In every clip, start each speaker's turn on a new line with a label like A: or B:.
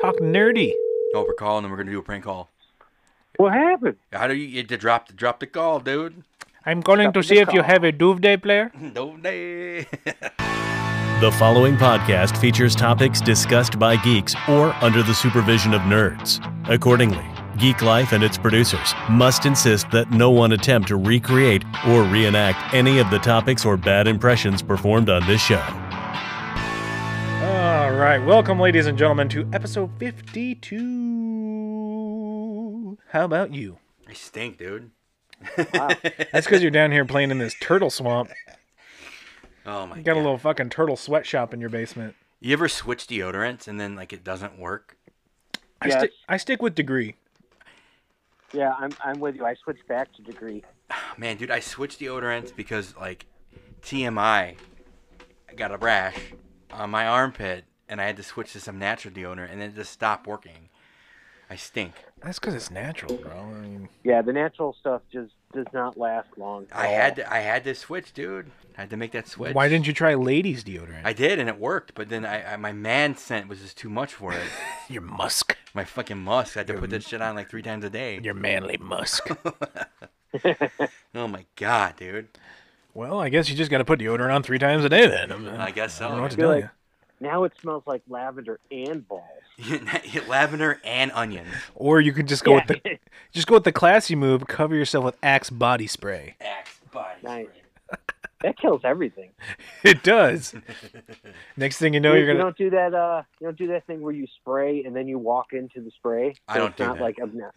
A: talk nerdy.
B: No, we're calling and we're gonna do a prank call.
C: What happened?
B: How do you get to drop the drop the call, dude?
A: I'm calling to
C: Drop
A: see
C: the
A: if you
C: call.
A: have a Doveday player.
B: No day.
D: The following podcast features topics discussed by geeks or under the supervision of nerds. Accordingly, Geek Life and its producers must insist that no one attempt to recreate or reenact any of the topics or bad impressions performed on this show.
A: All right, welcome, ladies and gentlemen, to episode 52. How about you?
B: I stink, dude.
A: That's because you're down here playing in this turtle swamp.
B: Oh my
A: You got
B: god.
A: a little fucking turtle sweatshop in your basement.
B: You ever switch deodorants and then like it doesn't work?
A: I,
C: Yes.
A: stick I stick with degree.
C: Yeah, I'm I'm with you. I switched back to degree.
B: Man, dude, I switched deodorants because like TMI, I got a rash on my armpit and I had to switch to some natural deodorant and it just stopped working. I stink.
A: That's because it's natural, bro. I mean,
C: Yeah, the natural stuff just does not last long.
B: I had to, I had to switch, dude. I had to make that switch.
A: Oh. why didn't you try ladies' deodorant?
B: I did and it worked, but then I, I my man scent was just too much for it.
A: your musk.
B: my fucking musk. I had to put that shit on like three times a day.
A: Your manly musk.
B: Oh my god, dude.
A: well, I guess you just got to put deodorant on three times a day then. I'm-
B: I guess so.
A: I don't know what to
C: You're
A: tell
C: like- Now it smells like lavender and balls.
B: Lavender and onions.
A: you. Or you could just go with
C: Yeah.
A: the just go with the classy move. Cover yourself with Axe body spray.
B: Axe body
C: Nice.
B: spray.
C: That kills everything.
A: It does. Next thing you know,
C: you,
A: you're
C: you
A: gonna.
C: don't do that. Uh, you don't do that thing where you spray and then you walk into the spray.
B: I
C: So
B: don't
C: it's
B: do
C: not
B: that.
C: like obnox-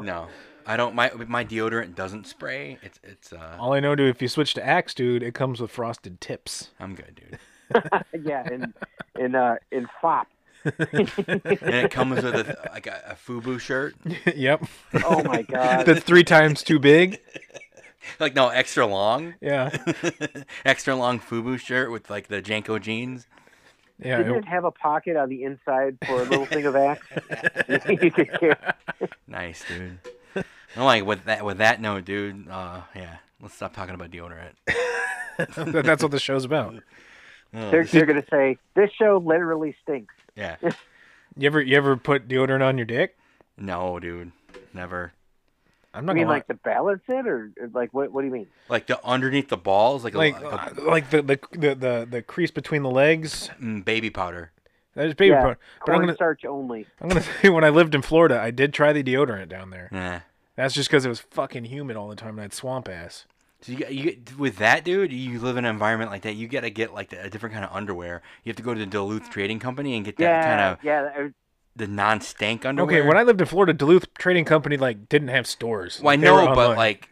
B: No, I don't. My my deodorant doesn't spray. It's it's. uh
A: All I know, dude, if you switch to Axe, dude, it comes with frosted tips.
B: I'm good, dude.
C: yeah, and and uh, and fop.
B: And it comes with a like a, a FUBU shirt.
A: yep,
C: Oh my god.
A: that's three times too big.
B: Like no extra long,
A: Yeah,
B: extra long FUBU shirt with like the Janko jeans.
A: yeah.
C: Didn't
A: it-
C: it have a pocket on the inside for a little thing of axe? you could carry-
B: Nice, dude. I'm like with that with that note, dude. Uh, yeah. Let's stop talking about deodorant.
A: that- that's what the show's about.
C: they're they're gonna say this show literally stinks.
B: Oh, Yeah.
A: You ever you ever put deodorant on your dick?
B: No, dude. Never.
A: I'm
C: I
A: not
C: mean,
A: gonna
C: like to balance it, or or, like what? What do you mean?
B: Like the underneath the balls, like a,
A: lie. like
B: like
A: uh, like the, the the the the crease between the legs.
B: a- mm, baby powder.
A: There's baby
C: yeah,
A: powder. But I'm gonna
C: cornstarch only.
A: I'm gonna say when I lived in Florida, I did try the deodorant down there.
B: Nah.
A: That's just because it was fucking humid all the time and I had swamp ass.
B: So you, got- you get- with that dude, you live in an environment like that. You gotta get like a different kind of underwear. You have to go to the Duluth Trading Company and get that
C: Yeah,
B: kind of
C: yeah. that- I-
B: the non-stank underwear.
A: Okay, when I lived in Florida, Duluth Trading Company like didn't have stores.
B: well, I
A: Like, they were
B: know, but
A: online.
B: like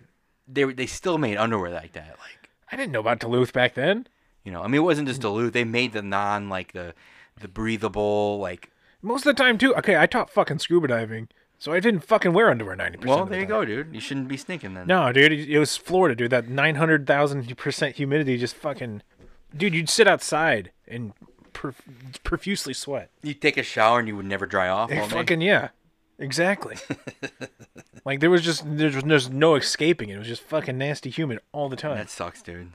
B: they were- they still made underwear like that. Like
A: I didn't know about Duluth back then.
B: you know, I mean, it wasn't
A: Mm.
B: just Duluth. They made the non like the the breathable like.
A: Most of the time too. Okay, I taught fucking scuba diving, so I didn't fucking wear underwear ninety percent.
B: Well, there you go, dude. You shouldn't be stinking then.
A: No, dude, it it was Florida, dude. That nine hundred thousand percent humidity just fucking, dude. You'd sit outside and prof- profusely sweat.
B: You take a shower and you would never dry off. all day.
A: fucking yeah, exactly. like there was just there was just no escaping it. It was just fucking nasty humid all the time.
B: That
A: That's,
B: sucks, dude.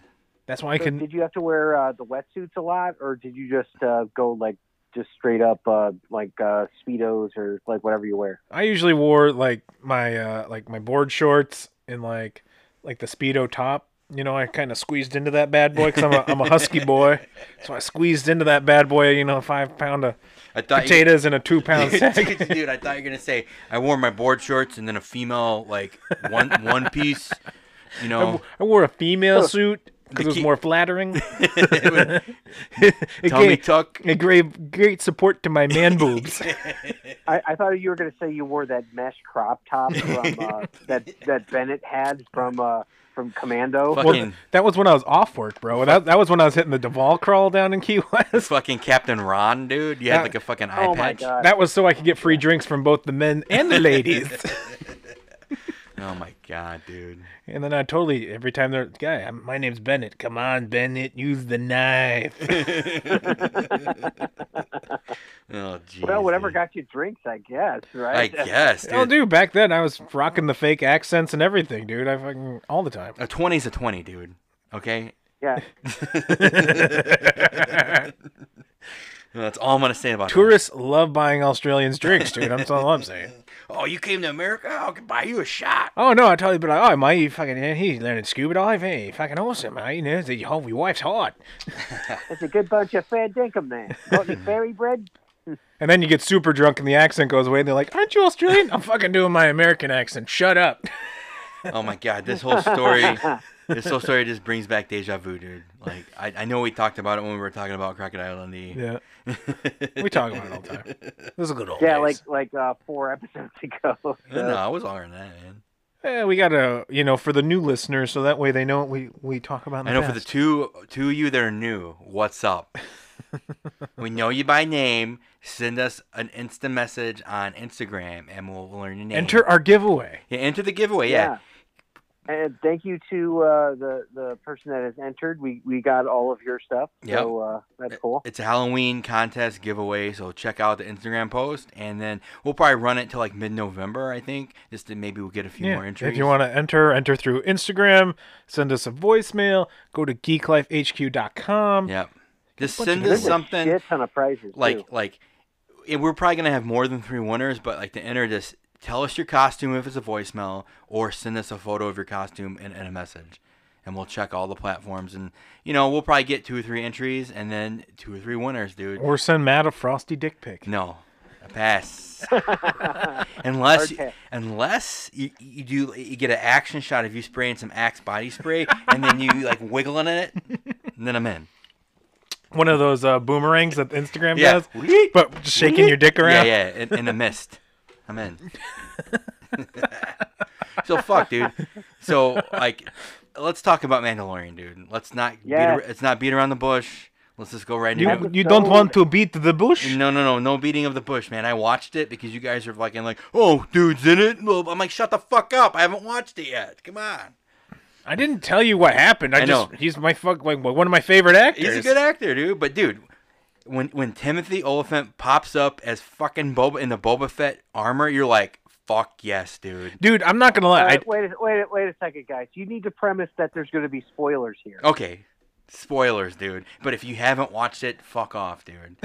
A: why I
C: so
A: can.
C: Did you have to wear uh, the wetsuits a lot, or did you just uh, go like just straight up uh, like uh, speedos or like whatever you wear?
A: I usually wore like my uh like my board shorts and like like the speedo top. You know, I kind of squeezed into that bad boy because I'm a, I'm a husky boy, so I squeezed into that bad boy. You know, five pound of
B: I thought you-
A: potatoes in a two pound sack.
B: dude, I thought you were gonna say I wore my board shorts and then a female like one one piece. You
A: I
B: know,
A: w- I wore a female suit because it
B: The
A: was
B: key-
A: more flattering. it
B: tummy
A: gave,
B: tuck.
A: it gave great support to my man boobs.
C: I, I thought you were gonna say you wore that mesh crop top from uh, that that Bennett had from uh, from Commando.
B: Fuck.
A: well,
B: Fucking-
A: th- that was when I was off work, bro. That, that was when I was hitting the Duval crawl down in Key West.
B: Fucking Captain Ron, dude. You had
A: That-
B: like a fucking eye
C: oh my
B: patch.
C: god!
A: That was so I could get free drinks from both the men and the ladies.
B: Oh my god, dude.
A: and then I totally every time they're guy, I'm, my name's Bennett. Come on, Bennett, use the knife.
B: Oh jeez.
C: well, whatever
B: dude.
C: got you drinks, I guess,
B: I
C: right?
B: guess,
A: Oh,
B: dude.
A: dude, back then I was rocking the fake accents and everything, dude. I fucking all the time.
B: A twenty's a twenty, dude. Okay.
C: Yeah.
B: That's all I'm gonna say about it.
A: Tourists love buying Australians drinks, dude. That's all I'm saying.
B: Oh, you came to America? I can buy you a shot.
A: Oh no, I totally be like, oh my, you fucking, he's learning scuba diving, hey, fucking awesome, mate. You know, the your whole your wife's hot.
C: It's a good bunch of fair dinkum there. Got any fairy bread?
A: And then you get super drunk and the accent goes away, and they're like, aren't you Australian? I'm fucking doing my American accent. Shut up.
B: Oh my god, this whole story, this whole story just brings back deja vu, dude. Like I, I know we talked about it when we were talking about Crocodile Dundee.
A: Yeah, we talk about it all the time. This is a good old.
C: Yeah,
A: days.
C: like like uh, four episodes ago.
B: No, I was longer than that, man.
A: Eh, we gotta, you know, for the new listeners, so that way they know what we we talk about. In the
B: I know for the
A: past.
B: two two of you that are new, what's up? we know you by name. Send us an instant message on Instagram, and we'll learn your name.
A: enter our giveaway.
B: Yeah, enter the giveaway. Yeah.
C: And thank you to uh, the the person that has entered. We we got all of your stuff. So uh, that's cool.
B: It's a Halloween contest giveaway, so check out the Instagram post, and then we'll probably run it till like mid-November, I think, just to maybe we'll get a few more entries.
A: If you want to enter, enter through Instagram. Send us a voicemail. Go to geeklifehq.com.
B: Yep. Just
A: bunch of
B: send
A: good
B: us
C: There's
A: ones.
B: something.
C: a shit ton of prizes.
B: like
C: too.
B: like and we're probably gonna have more than three winners, but like to enter this, tell us your costume if it's a voicemail, or send us a photo of your costume and, and a message, and we'll check all the platforms, and you know we'll probably get two or three entries, and then two or three winners, dude.
A: Or send Matt a frosty dick pic.
B: No, a pass. unless you,
C: Okay.
B: unless you, you do you get an action shot of you spraying some Axe body spray, and then you like wiggling in it, and then I'm in.
A: One of those uh, boomerangs that Instagram
B: Yeah.
A: does, but just shaking your dick
B: Yeah,
A: around.
B: yeah, in, in the mist. I'm in. so fuck, dude. So like, let's talk about Mandalorian, dude. Let's not.
C: Yeah.
B: Beat, ar- let's not beat around the bush. Let's just go right
A: You
B: into it.
A: you don't
C: Episode.
A: want to beat the bush.
B: No, no, no, no beating of the bush, man. I watched it because you guys are fucking like, oh, dude's in it. Well, I'm like, shut the fuck up. I haven't watched it yet. Come on.
A: I didn't tell you what happened. I,
B: I
A: just
B: know.
A: he's my fuck like one of my favorite actors.
B: He's a good actor, dude. But dude, when when Timothy Oliphant pops up as fucking Boba in the Boba Fett armor, you're like, fuck yes, dude.
A: Dude, I'm not gonna lie.
C: All
A: I,
C: right, wait, a- wait, a- wait a second, guys. You need to premise that there's going to be spoilers here.
B: Okay. Spoilers, dude. But if you haven't watched it, fuck off, dude.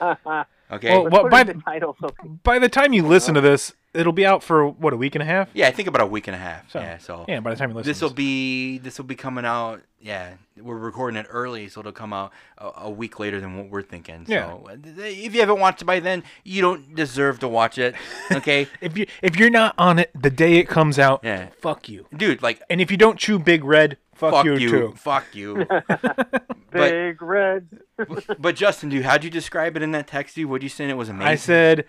B: Oh, okay.
A: Well, what-
C: Let's put it
A: by-
C: in the title so
A: by the time you listen to this, it'll be out for what a week and a half.
B: yeah, I think about a week and a half.
A: So,
B: yeah, so
A: by the time you listen,
B: this will be this will be coming out. Yeah, we're recording it early, so it'll come out a, a week later than what we're thinking. So uh,
A: Yeah.
B: if you haven't watched it by then, you don't deserve to watch it. Okay,
A: if you if you're not on it the day it comes out,
B: Yeah.
A: fuck you.
B: dude, like
A: And if you don't chew Big Red, fuck,
B: fuck
A: you,
B: you,
A: too.
B: fuck you. but
C: big red.
B: but Justin, dude, how'd you describe it in that text? Dude, what'd you say? It was amazing.
A: I said,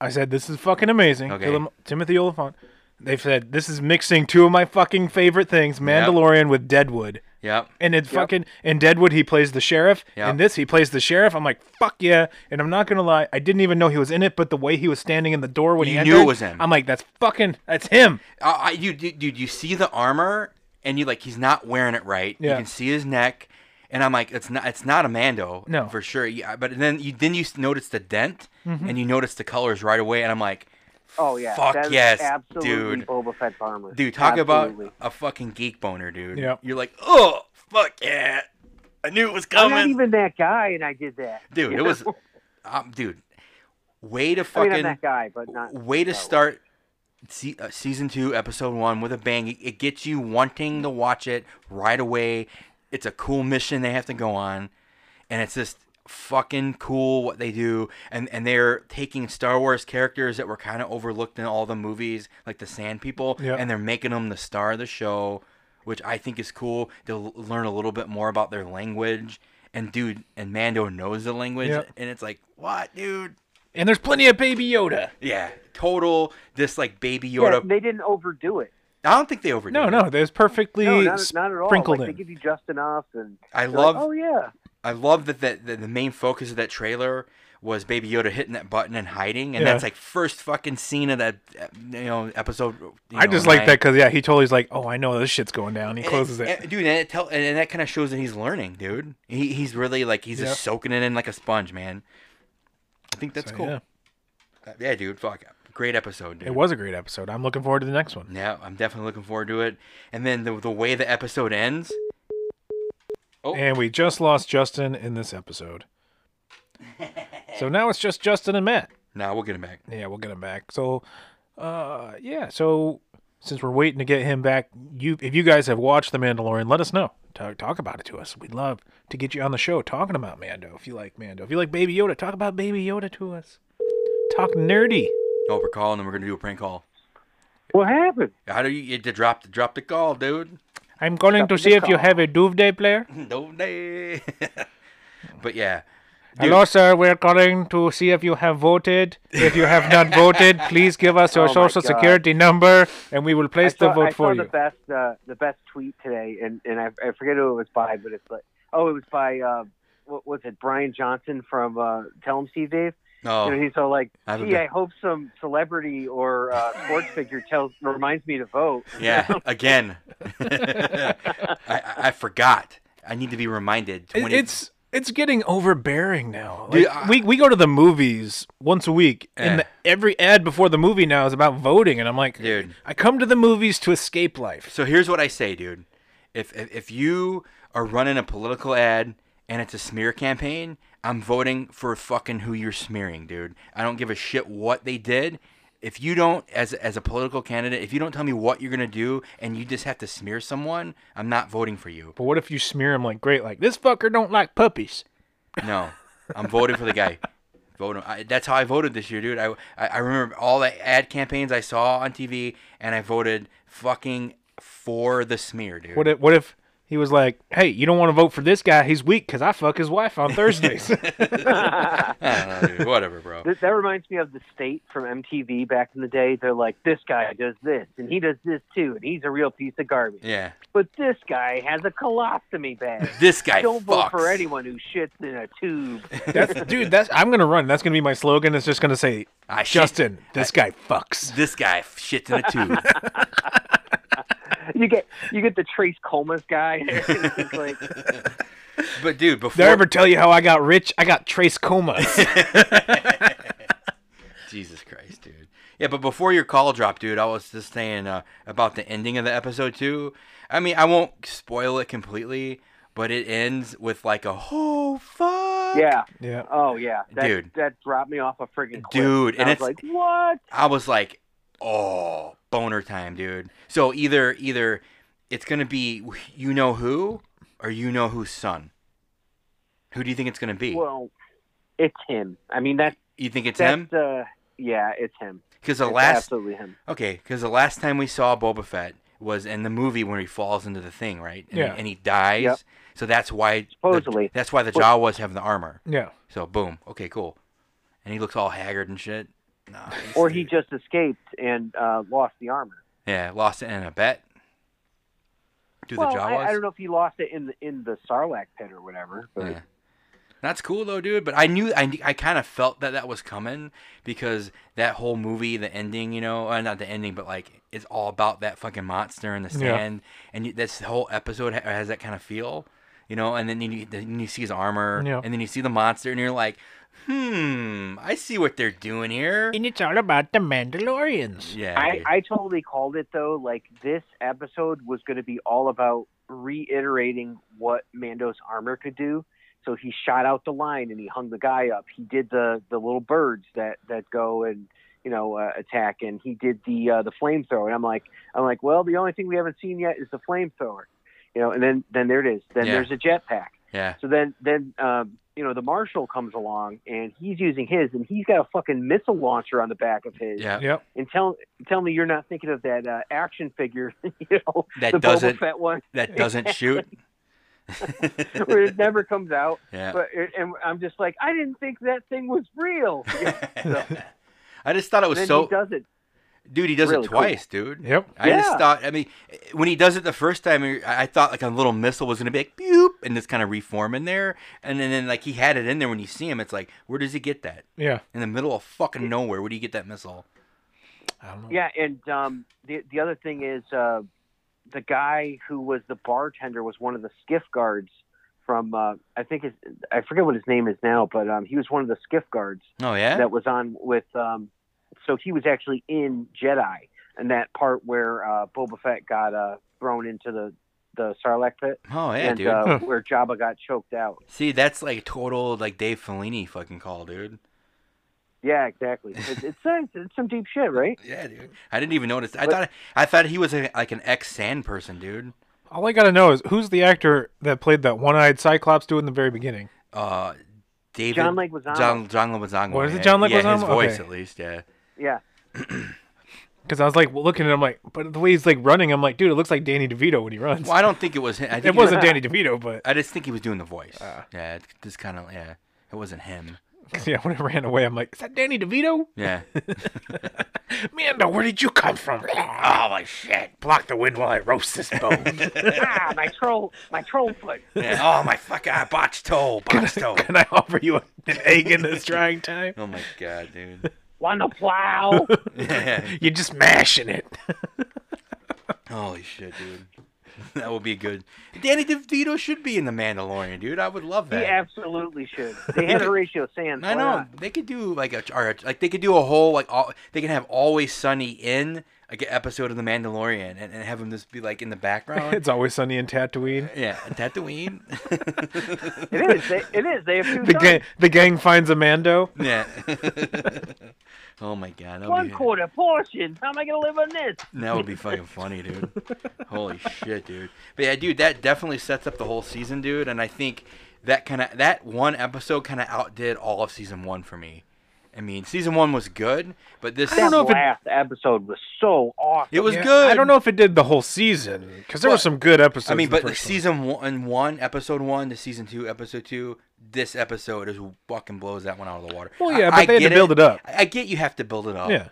A: I said this is fucking amazing.
B: Okay.
A: Tim- Timothy Oliphant. They've said this is mixing two of my fucking favorite things, Mandalorian with Deadwood.
B: Yep.
A: And in fucking in Deadwood, he plays the sheriff.
B: Yeah.
A: In this, he plays the sheriff. I'm like, fuck yeah! And I'm not gonna lie, I didn't even know he was in it, but the way he was standing in the door when
B: You
A: he
B: knew it
A: entered,
B: was him.
A: I'm like, that's fucking, that's him.
B: I, I, you, dude, dude, you see the armor, and you like he's not wearing it right. You
A: Yeah.
B: can see his neck, and I'm like, it's not, it's not a Mando,
A: No. Mm-hmm.
B: for sure. Yeah, but then you, then you s- notice the dent, and you notice the colors right away, and I'm like,
C: Oh yeah,
B: Fuck
C: that is
B: yes,
C: absolutely
B: dude.
C: Boba Fett armor.
B: dude, talk
C: absolutely.
B: about a fucking geek boner, dude.
A: Yeah.
B: You're like, oh fuck yeah, I knew it was
C: I'm
B: coming,
C: not even that guy, and I did that.
B: dude. It was, um, dude, way to
C: I mean,
B: fucking.
C: I'm that guy, but not.
B: way to start se- uh, season two, episode one with a bang. It- It gets you wanting to watch it right away. It's a cool mission they have to go on, and it's just fucking cool what they do. And and they're taking Star Wars characters that were kind of overlooked in all the movies, like the Sand People,
A: Yeah.
B: and they're making them the star of the show, which I think is cool. They'll l- learn a little bit more about their language. And dude, and Mando knows the language,
A: Yeah.
B: and it's like, what, dude?
A: And there's plenty of Baby Yoda.
B: Yeah, total. This like baby
C: Yeah,
B: Yoda.
C: they didn't overdo it.
B: I don't think they overdid.
A: No,
B: it.
A: no, there's perfectly
C: No, not, not at all.
A: sprinkled
C: Like, they
A: in.
C: give you just enough, and
B: I
C: you're like,
B: love.
C: oh yeah,
B: I love that, that that the main focus of that trailer was Baby Yoda hitting that button and hiding, and
A: Yeah.
B: that's like first fucking scene of that uh, you know episode. you
A: I
B: know, Eh,
A: just like
B: nine.
A: that because yeah, he totally's like, oh, I know this shit's going down. He
B: And-
A: closes it.
B: and- dude. And it tell and, and that kind of shows that he's learning, dude. He, he's really like he's
A: Yeah.
B: just soaking it in like a sponge, man. I think that's
A: So,
B: cool. Uh,
A: yeah.
B: Yeah. dude. Fuck, great episode, dude.
A: It was a great episode. I'm looking forward to the next one.
B: Yeah, I'm definitely looking forward to it. And then the the way the episode ends.
A: And we just lost Justin in this episode. So now it's just Justin and Matt.
B: Nah, we'll get him back.
A: Yeah, we'll get him back. So, uh, yeah. So since we're waiting to get him back, you if you guys have watched The Mandalorian, let us know. Talk, talk about it to us. We'd love to get you on the show talking about Mando. If you like Mando, if you like Baby Yoda, talk about Baby Yoda to us. Talk nerdy.
B: Oh, we're calling, and we're gonna do a prank call.
C: What happened?
B: How do you, you to drop the drop the call, dude?
A: I'm calling to
C: Drop
A: see
C: the
A: if you
C: call.
A: have a Doveday player.
B: No day. but yeah,
A: Hello, sir. We're calling to see if you have voted. If you have not voted, please give us your
C: Oh my
A: social
C: God.
A: security number, and we will place
C: I saw,
A: the vote
C: I
A: for
C: saw
A: you.
C: the best uh, the best tweet today, and and I, I forget who it was by, but it's like oh, it was by uh, what was it? Brian Johnson from uh, Tell Him Steve Dave.
A: Oh,
B: no.
C: And he's all like,
B: I haven't
C: "Gee,
B: been-
C: I hope some celebrity or uh, sports figure tells reminds me to vote."
B: Yeah, again. I, I I forgot. I need to be reminded.
A: It-
B: 20
A: it's it's getting overbearing now. Like,
B: Dude, I-
A: we we go to the movies once a week,
B: Eh.
A: and the, every ad before the movie now is about voting, and I'm like,
B: Dude.
A: I come to the movies to escape life.
B: So here's what I say, dude. If, if if you are running a political ad and it's a smear campaign, I'm voting for fucking who you're smearing, dude. I don't give a shit what they did. If you don't, as as a political candidate, if you don't tell me what you're gonna do and you just have to smear someone, I'm not voting for you.
A: But what if you smear him like great, like this fucker don't like puppies?
B: No, I'm voting for the guy. Vote him. I, that's how I voted this year, dude. I, I I remember all the ad campaigns I saw on TV, and I voted fucking for the smear, dude.
A: What if what if he was like, hey, you don't want to vote for this guy? He's weak because I fuck his wife on Thursdays.
B: I don't know, dude. Whatever, bro.
C: That, that reminds me of the state from MTV back in the day. They're like, "This guy does this, and he does this too, and he's a real piece of garbage."
B: Yeah.
C: But this guy has a colostomy bag.
B: This guy
C: Don't
B: fucks.
C: vote for anyone who shits in a tube.
A: that's dude. That's I'm gonna run. That's gonna be my slogan. It's just gonna say,
B: I Ah, shit-
A: Justin, this guy fucks.
B: This guy shits in a tube.
C: You get you get the Trace Comas guy. It's just like,
B: but dude,
A: Did
B: before
A: I ever tell you how I got rich? I got trace comas.
B: Jesus Christ, dude. Yeah, but before your call drop, dude, I was just saying uh, about the ending of the episode too. I mean, I won't spoil it completely, but it ends with like a oh fuck.
C: yeah.
A: yeah.
C: Oh yeah. That,
B: Dude.
C: That dropped me off a friggin' cliff.
B: Dude, and
C: I
B: it's-
C: was like, what?
B: I was like, oh, boner time, dude. So either either it's gonna be you know who or you know whose son. Who do you think it's gonna be?
C: Well, it's him. I mean, that's
B: you think it's
C: that's
B: him?
C: uh, yeah, it's him.
B: Because the
C: It's
B: last
C: absolutely him.
B: Okay, because the last time we saw Boba Fett was in the movie when he falls into the thing, right? And,
A: Yeah.
B: And he dies.
C: Yep.
B: So that's why. the-
C: Supposedly.
B: that's why the
C: Well-
B: Jawas have the armor.
A: Yeah.
B: So boom. Okay, cool. And he looks all haggard and shit. Nah, he's-
C: Or he just escaped and uh, lost the armor.
B: Yeah, lost it in a bet. Do
C: well,
B: the Jawas?
C: I, I don't know if he lost it in the in the Sarlacc pit or whatever. But
B: Yeah. That's cool though, dude. But I knew I, I kind of felt that that was coming because that whole movie, the ending, you know, uh, not the ending, but like it's all about that fucking monster in the
A: Yeah.
B: sand, and you, this whole episode ha- has that kind of feel, you know. And then you then you see his armor,
A: Yeah.
B: and then you see the monster, and you're like, hmm, I see what they're doing here.
A: And it's all about the Mandalorians.
B: Yeah,
C: I,
B: dude.
C: I totally called it though. Like this episode was going to be all about reiterating what Mando's armor could do. So he shot out the line and he hung the guy up. He did the the little birds that that go and you know uh, attack, and he did the uh, the flamethrower. And I'm like I'm like, well, the only thing we haven't seen yet is the flamethrower, you know. And then then there it is. Then
B: Yeah.
C: there's a jetpack.
B: yeah.
C: So then, then um, you know, the marshal comes along and he's using his, and he's got a fucking missile launcher on the back of his.
B: Yeah,
A: Yep.
C: And tell tell me you're not thinking of that uh, action figure, you know,
B: That
C: the
B: doesn't-
C: Boba Fett one,
B: that doesn't shoot.
C: where it never comes out.
B: Yeah.
C: But it, and I'm just like, I didn't think that thing was real.
B: I just thought it was
C: then
B: so,
C: he does it.
B: dude. He does
C: really
B: it
C: cool.
B: twice, dude.
A: Yep.
B: I
C: Yeah.
B: just thought, I mean, when he does it the first time, I I thought like a little missile was gonna be like boop and just kind of reform in there, and then, then like he had it in there when you see him. It's like, where does he get that?
A: Yeah.
B: In the middle of fucking nowhere, where do you get that missile?
A: I don't know.
C: Yeah, and um, the the other thing is uh, the guy who was the bartender was one of the skiff guards from uh, I think his, I forget what his name is now, but um, he was one of the skiff guards
B: Oh yeah,
C: that was on with. Um, so he was actually in Jedi, and that part where uh, Boba Fett got uh, thrown into the the Sarlacc pit,
B: Oh yeah,
C: and
B: dude.
C: uh, where Jabba got choked out.
B: See, that's like total like Dave Filoni fucking call, dude.
C: Yeah, exactly. It's it's, it's, it's some deep shit, right?
B: Yeah, dude. I didn't even notice. I
C: But-
B: thought I thought he was a, like an ex Sand person, dude.
A: All I gotta know is who's the actor that played that one-eyed Cyclops dude in the very beginning.
B: Uh, David
C: John Leguizamo.
B: John John Leguizamo.
A: What is it,
B: yeah.
A: John
B: Yeah, his
A: Leguizamo?
B: voice
A: Okay.
B: at least. Yeah.
C: Yeah,
A: Because I was like looking at him like, but the way he's like running, I'm like, dude, it looks like Danny DeVito when he runs.
B: Well, I don't think it was him. I think
A: it
B: he was-
A: wasn't Danny DeVito, but
B: I just think he was doing the voice. yeah, it's just kind of yeah. It wasn't him.
A: yeah, when it ran away, I'm like, is that Danny DeVito?
B: Yeah.
A: Mando, where did you come from? oh my shit! Block the wind while I roast this bone.
C: ah, my troll, my troll foot.
B: Yeah. Oh my fuck! I botched toe, botched toe.
A: Can I offer you an egg in this trying time?
B: oh my god, dude.
C: Want to plow?
A: You're just mashing it.
B: Holy shit, dude. That would be good. Danny DeVito should be in The Mandalorian, dude. I would love
C: he
B: that.
C: absolutely should. They had Horatio Sands.
B: I
C: why
B: know
C: not?
B: they could do like a or, like they could do a whole like all they can have Always Sunny in like an episode of The Mandalorian and, and have him just be like in the background.
A: It's always sunny in Tatooine.
B: yeah, Tatooine.
C: It is. They, it is. They have two
A: The
C: sons.
A: gang, the gang finds a Mando.
B: yeah. oh my god, that would
C: One
B: be
C: quarter portion. How am I gonna live on this?
B: that would be fucking funny, dude. Holy shit, dude. But yeah, dude, that definitely sets up the whole season, dude. And I think that kind of that one episode kind of outdid all of season one for me. I mean, season one was good, but this
A: I don't know if it-
C: last episode was so awesome.
B: it was
A: Yeah,
B: good.
A: I don't know if it did the whole season because there
B: Well,
A: were some good episodes.
B: I mean,
A: in the
B: but like
A: first one.
B: season one, one episode one to season two, episode two. This episode is fucking blows that one out of the water.
A: Well,
B: I-
A: yeah, but
B: I
A: they had to
B: get
A: build it up.
B: I I get you have to build it up.
A: Yeah.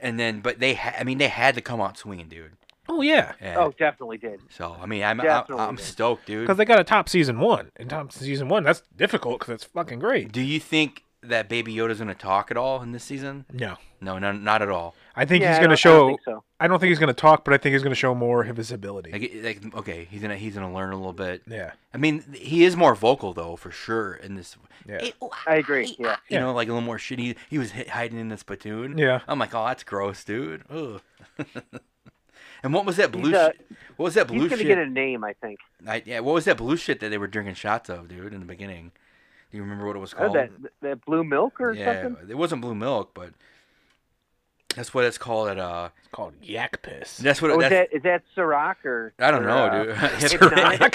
B: And then, but they, ha- I mean, they had to come out swinging, dude.
A: Oh yeah,
B: Yeah.
C: Oh, definitely did.
B: So I mean, I'm I'm,
C: Definitely,
B: I'm
C: dude.
B: stoked, dude.
A: because they got a top season one, and top season one that's difficult because it's fucking great.
B: Do you think that Baby Yoda's gonna talk at all in this season?
A: No,
B: No, no, not at all.
A: I think
C: Yeah,
A: he's
C: I
A: going
C: don't- I
A: to
C: don't
A: show.
C: think so.
A: I don't think he's going to talk, but I think he's going to show more of his ability.
B: Like, like, okay, he's gonna he's gonna learn a little bit.
A: yeah,
B: I mean, he is more vocal though, for sure. In this,
A: Yeah.
B: Eh, ooh,
C: I agree. Yeah.
B: you
A: Yeah.
B: know, like a little more shitty. He, he was hit, hiding in this platoon.
A: Yeah.
B: I'm like, oh, that's gross, dude. Ugh. and what was that blue?
C: He's, uh,
B: shit? What was that blue
C: He's gonna
B: shit?
C: get a name, I think.
B: I, yeah, what was that blue shit that they were drinking shots of, dude? In the beginning, do you remember what it was
C: Oh,
B: called?
C: that that blue milk or
B: yeah,
C: something.
B: it wasn't blue milk, but that's what it's called at. Uh,
A: it's called yak piss.
B: that's what.
C: Oh, is
B: that's,
C: that is that Ciroc or?
B: I don't
C: or,
B: know,
C: uh,
B: dude.
C: Hypnotic?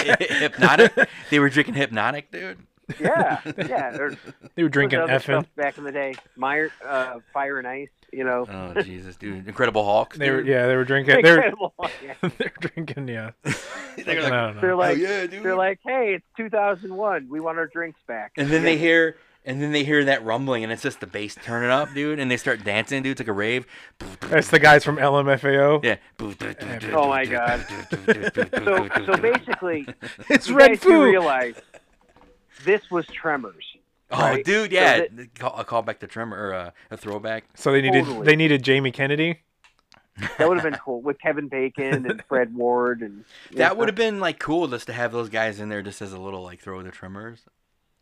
B: Hypnotic. hypnotic. They were drinking hypnotic, dude.
C: Yeah, yeah. Or
A: They were drinking
C: was other
A: effing.
C: stuff back in the day. Meyer, uh, fire and ice. You know.
B: Oh Jesus, dude! Incredible Hulk.
A: They were
B: dude.
A: yeah, they were drinking. They're
C: Incredible. Yeah.
A: they're drinking yeah.
B: They were
A: I
B: like,
A: don't know.
C: They're like,
B: Hell yeah, dude.
C: they're like, hey, it's 2001. We want our drinks back.
B: and then they hear, and then they hear that rumbling, and it's just the bass turning up, dude. And they start dancing, dude. It's like a rave.
A: That's the guys from LMFAO.
B: Yeah.
C: Oh my God. So, so basically,
A: It's
C: you
A: red
C: guys do
A: food.
C: realize this was Tremors.
B: Oh,
C: right?
B: dude, yeah.
C: So
B: Call- a callback to Tremor or uh, a throwback.
A: So they needed
C: Totally.
A: they needed Jamie Kennedy.
C: That would have been cool with Kevin Bacon and Fred Ward and
B: That would have been like cool just to have those guys in there just as a little like throw the Tremors.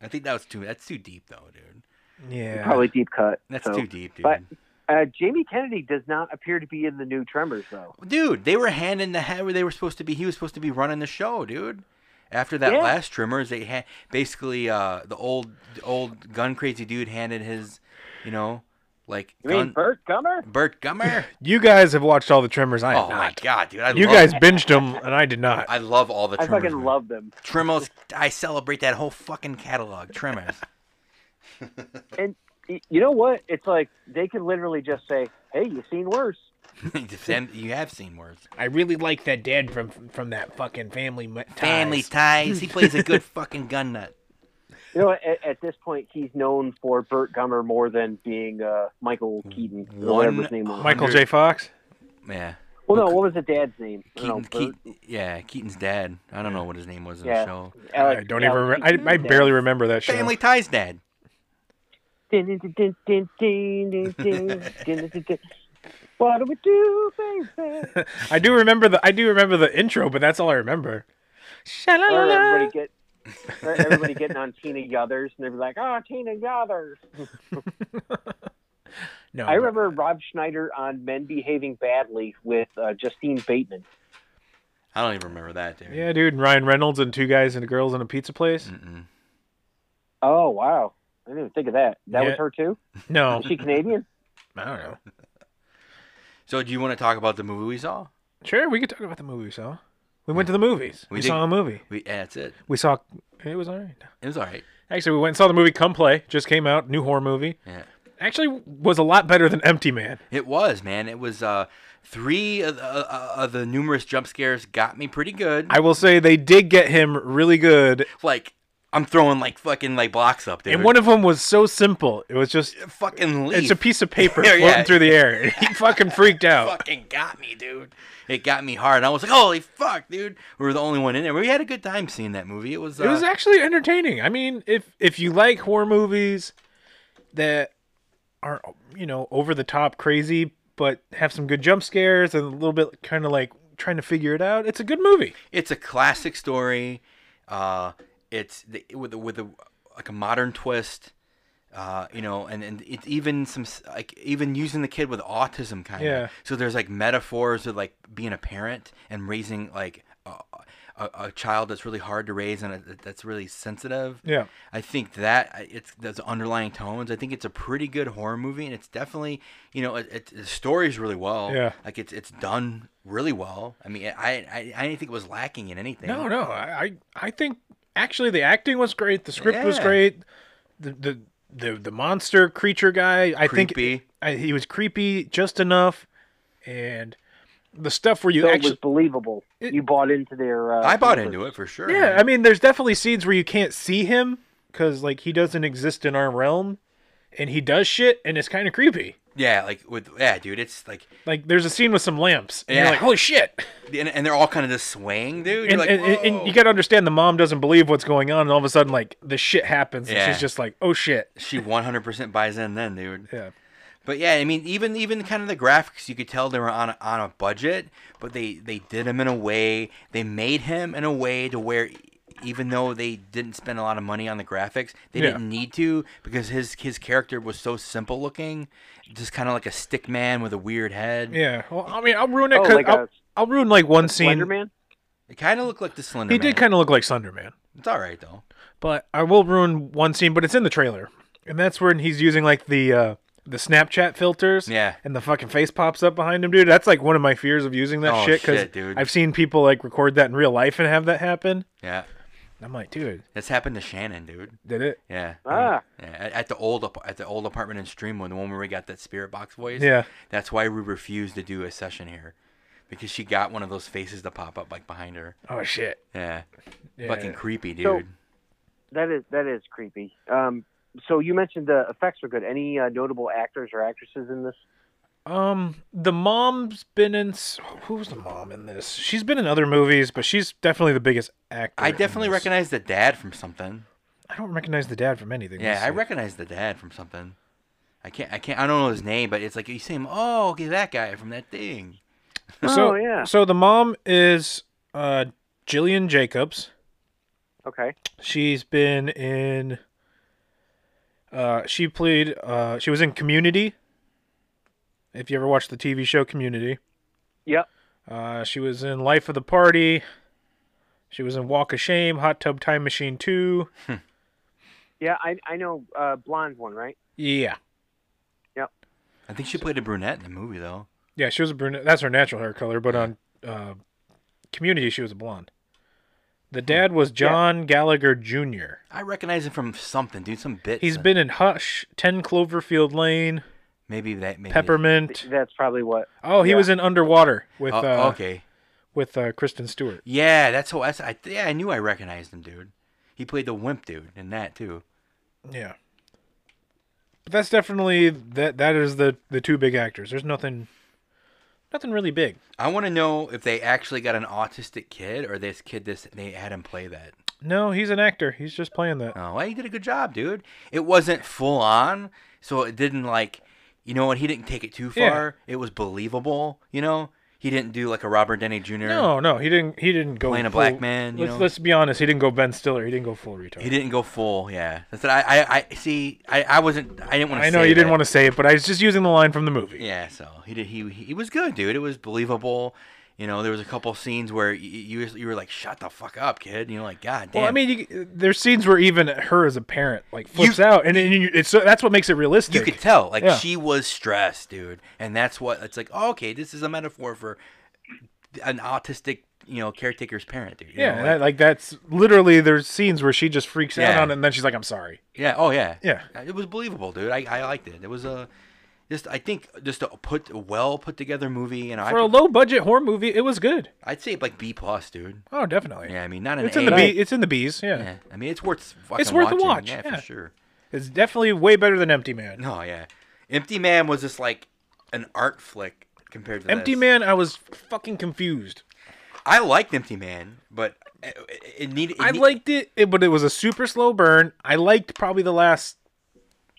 B: I think that was too. That's too deep though, dude.
A: Yeah.
C: probably deep cut.
B: That's
C: so.
B: too deep, dude.
C: But uh, Jamie Kennedy does not appear to be in the new Tremors though.
B: Dude, they were hand in the head where they were supposed to be. He was supposed to be running the show, dude. After that
C: Yeah.
B: last Tremors, they had basically uh, the old the old gun crazy dude handed his, you know, like
C: You mean
B: gun,
C: Bert Gummer?
B: Bert Gummer.
A: You guys have watched all the Tremors. I
B: oh
A: have
B: my
A: not.
B: god, dude! I
A: You
B: love,
A: guys binged them, and I did not.
B: I love all the
C: I
B: Tremors.
C: fucking
B: man.
C: love them.
B: Tremors. I celebrate that whole fucking catalog. Tremors.
C: And y- you know what? It's like they could literally just say, "Hey, you've seen worse."
B: Sam, you have seen words.
A: I really like that dad from from that fucking family. Ties.
B: Family ties. He plays a good fucking gun nut.
C: You know, what? at, at this point, he's known for Bert Gummer more than being uh, Michael Keaton or whatever his name was.
A: Mm, Michael J. Fox.
B: Yeah.
C: Well, no, what was the dad's name? I
B: Keaton,
C: don't know, Bert-
B: Keaton, yeah, Keaton's dad. I don't know what his name was in the
C: Yeah.
B: show.
C: Alec-
A: I don't
C: Alec
A: even. Remember.
C: Keaton's
A: I I
C: dad.
A: barely remember that show.
B: Family Ties dad.
C: Dun, dun, dun, dun, dun, dun, dun, dun, dun, dun, dun. What do we do, baby?
A: I do remember the I do remember the intro, but that's all I remember.
C: Or
A: Sha-la-la-la.
C: everybody get. or Everybody getting on Tina Yothers, and they're like, "Oh, Tina Yothers."
A: No,
C: I
A: but-
C: remember Rob Schneider on Men Behaving Badly with uh, Justine Bateman.
B: I don't even remember that, dude.
A: Yeah, dude, and Ryan Reynolds and two guys and girls in a pizza place.
B: Mm-mm.
C: Oh wow, I didn't even think of that. That
A: Yeah.
C: was her too.
A: No,
C: Is she Canadian?
A: I don't know.
B: So, do you want to talk about the movie we saw?
A: Sure, we could talk about the movie. So we went to the movies. We,
B: We
A: saw
B: did.
A: a movie.
B: We yeah, that's it.
A: We saw it was alright.
B: It was all right.
A: Actually, we went and saw the movie Come Play. Just came out, new horror movie.
B: Yeah.
A: Actually, was a lot better than Empty Man.
B: It was, man. It was uh, three of the, uh, uh, of the numerous jump scares got me pretty good.
A: I will say they did get him really good,
B: like I'm throwing like fucking like blocks up there.
A: and one of them was so simple. It was just
B: fucking leaf.
A: it's a piece of paper
B: Yeah,
A: floating
B: yeah.
A: through the air. He fucking freaked out.
B: fucking got me, dude. It got me hard. I was like, holy fuck, dude. We were the only one in there. We had a good time seeing that movie. It was. Uh,
A: It was actually entertaining. I mean, if if you like horror movies that are you know over the top crazy, but have some good jump scares and a little bit kind of like trying to figure it out, it's a good movie.
B: it's a classic story. Uh, it's the, with a, with a like a modern twist. Uh, you know, and, and it's even some s- like even using the kid with autism kind of.
A: Yeah.
B: So there's like metaphors of like being a parent and raising like a, a, a child that's really hard to raise and a, that's really sensitive.
A: Yeah.
B: I think that I- it's those underlying tones. I think it's a pretty good horror movie, and it's definitely you know it, it, the story's really well.
A: Yeah.
B: like it's it's done really well. I mean, I I, I didn't think it was lacking in anything.
A: No, no, I I I think actually the acting was great. The script was
B: Yeah.
A: great. The the the, the monster creature guy, I think
B: Creepy.
A: I, he was creepy just enough, and the stuff where you
C: So it
A: actually
C: was believable.
A: It-
C: you bought into their. Uh,
B: I bought
C: universe.
B: into it for sure.
A: Yeah, I mean, there's definitely scenes where you can't see him because like he doesn't exist in our realm, and he does shit, and it's kind of creepy.
B: yeah, like with yeah, dude, it's like
A: Like there's a scene with some lamps, and
B: Yeah.
A: you're like, holy shit!
B: and, and they're all kind of just swaying, dude. You're
A: And,
B: like,
A: and, and- and
B: "Whoa."
A: you gotta understand the mom doesn't believe what's going on, and all of a sudden like the shit happens, and
B: Yeah.
A: she's just like, oh shit.
B: she 100% buys in then, dude.
A: Yeah.
B: But yeah, I mean, even even kind of the graphics, you could tell they were on a, on a budget, but they they did him in a way, they made him in a way to where, e, even though they didn't spend a lot of money on the graphics, they
A: Yeah.
B: didn't need to because his his character was so simple looking, just kind of like a stick man with a weird head.
A: Yeah, well, I mean, I'll ruin it.
C: Oh,
A: 'cause
C: like
A: I'll,
C: a
A: I'll ruin like one scene.
C: Slenderman.
B: It kind of looked like the Slender.
A: He did kind of look like Slenderman,
B: It's all right though.
A: but I will ruin one scene. But it's in the trailer, and that's when he's using like the uh, the Snapchat filters.
B: Yeah.
A: and the fucking face pops up behind him, dude. That's like one of my fears of using that
B: Oh,
A: shit because
B: shit, dude.
A: I've seen people like record that in real life and have that happen.
B: Yeah,
A: I'm like, dude,
B: this happened to Shannon, dude.
A: did it?
B: Yeah.
C: Ah,
B: Yeah, at at the old ap- at the old apartment in Streamwood, the one where we got that spirit box voice.
A: Yeah.
B: that's why we refused to do a session here, because she got one of those faces to pop up like behind her.
A: Oh shit.
B: Yeah,
A: Yeah.
B: fucking creepy, dude.
C: So- that is that is creepy. Um, so you mentioned the effects were good. Any uh, notable actors or actresses in this?
A: Um, the mom's been in. s- Who was the mom in this? She's been in other movies, but she's definitely the biggest actor.
B: I
A: in
B: definitely
A: this.
B: recognize the dad from something.
A: I don't recognize the dad from anything.
B: Yeah,
A: Let's
B: I
A: see.
B: recognize the dad from something. I can't. I can't. I don't know his name, but it's like you see him. Oh, okay, that guy from that thing.
A: So,
C: Oh, yeah.
A: So the mom is uh, Jillian Jacobs.
C: Okay.
A: She's been in. Uh, she played. Uh, she was in Community. If you ever watched the TV show Community,
C: Yep.
A: uh, she was in Life of the Party. She was in Walk of Shame, Hot Tub Time Machine Two.
C: Yeah, I I know uh, blonde one, right?
A: Yeah,
B: I think she played a brunette in the movie though.
A: yeah. She was a brunette. That's her natural hair color, but on uh, Community, she was a blonde. The dad was John Gallagher Jr.
B: I recognize him from something, dude. Some bit.
A: He's been in Hush, Ten Cloverfield Lane,
B: maybe that maybe Oh,
A: Peppermint.
C: Th- That's probably what.
A: Oh, he
C: Yeah.
A: was in Underwater with
B: Oh,
A: uh,
B: okay.
A: with uh, Kristen Stewart.
B: Yeah, that's how that's, I yeah, I knew I recognized him, dude. He played the wimp dude in that too.
A: Yeah, but that's definitely that. That is the the two big actors. There's nothing, nothing really big.
B: I want to know if they actually got an autistic kid or this kid this they had him play that.
A: No, he's an actor. He's just playing that.
B: Oh, well, he did a good job, dude. It wasn't full on, so it didn't like you know what, he didn't take it too
A: Yeah.
B: far. It was believable, you know? He didn't do like a Robert Denny Jr.
A: No, no, he didn't. He didn't go
B: Playing a
A: full-
B: black man, you
A: let's,
B: know?
A: let's be honest. He didn't go Ben Stiller. He didn't go full retard.
B: He didn't go full, yeah. That's what I, I, I see. I, I wasn't. I didn't want to.
A: I know you didn't want to say it, but I was just using the line from the movie.
B: Yeah, so he did. He he was good, dude. It was believable. You know, there was a couple scenes where you, you you were like, "Shut the fuck up, kid!" You know, like, "God damn."
A: Well, I mean, you, there's scenes where even her as a parent like flips out, and, and you, it's that's what makes it realistic.
B: you could tell, like,
A: Yeah.
B: she was stressed, dude, and that's what it's like. Oh, okay, this is a metaphor for an autistic, you know, caretaker's parent, dude. you
A: yeah,
B: know,
A: and that,
B: like-
A: like that's literally there's scenes where she just freaks out
B: Yeah.
A: on it, and then she's like, "I'm sorry."
B: Yeah. Oh yeah.
A: Yeah.
B: It was believable, dude. I, I liked it. It was a just I think just a put well put together movie, and I
A: For a low budget horror movie, it was good.
B: I'd say like B plus, dude.
A: Oh, definitely.
B: Yeah. I mean, not an
A: It's
B: A.
A: in the B, it's in the B's. Yeah.
B: Yeah. I mean, it's worth fucking
A: It's worth a
B: watching.
A: watch,
B: Yeah,
A: yeah.
B: for sure.
A: it's definitely way better than Empty Man.
B: No, yeah. Empty Man was just like an art flick compared to
A: Empty
B: this.
A: Man, I was fucking confused.
B: I liked Empty Man, but it, it- it needed. It
A: I
B: need-
A: liked it, it, but it was a super slow burn. I liked probably the last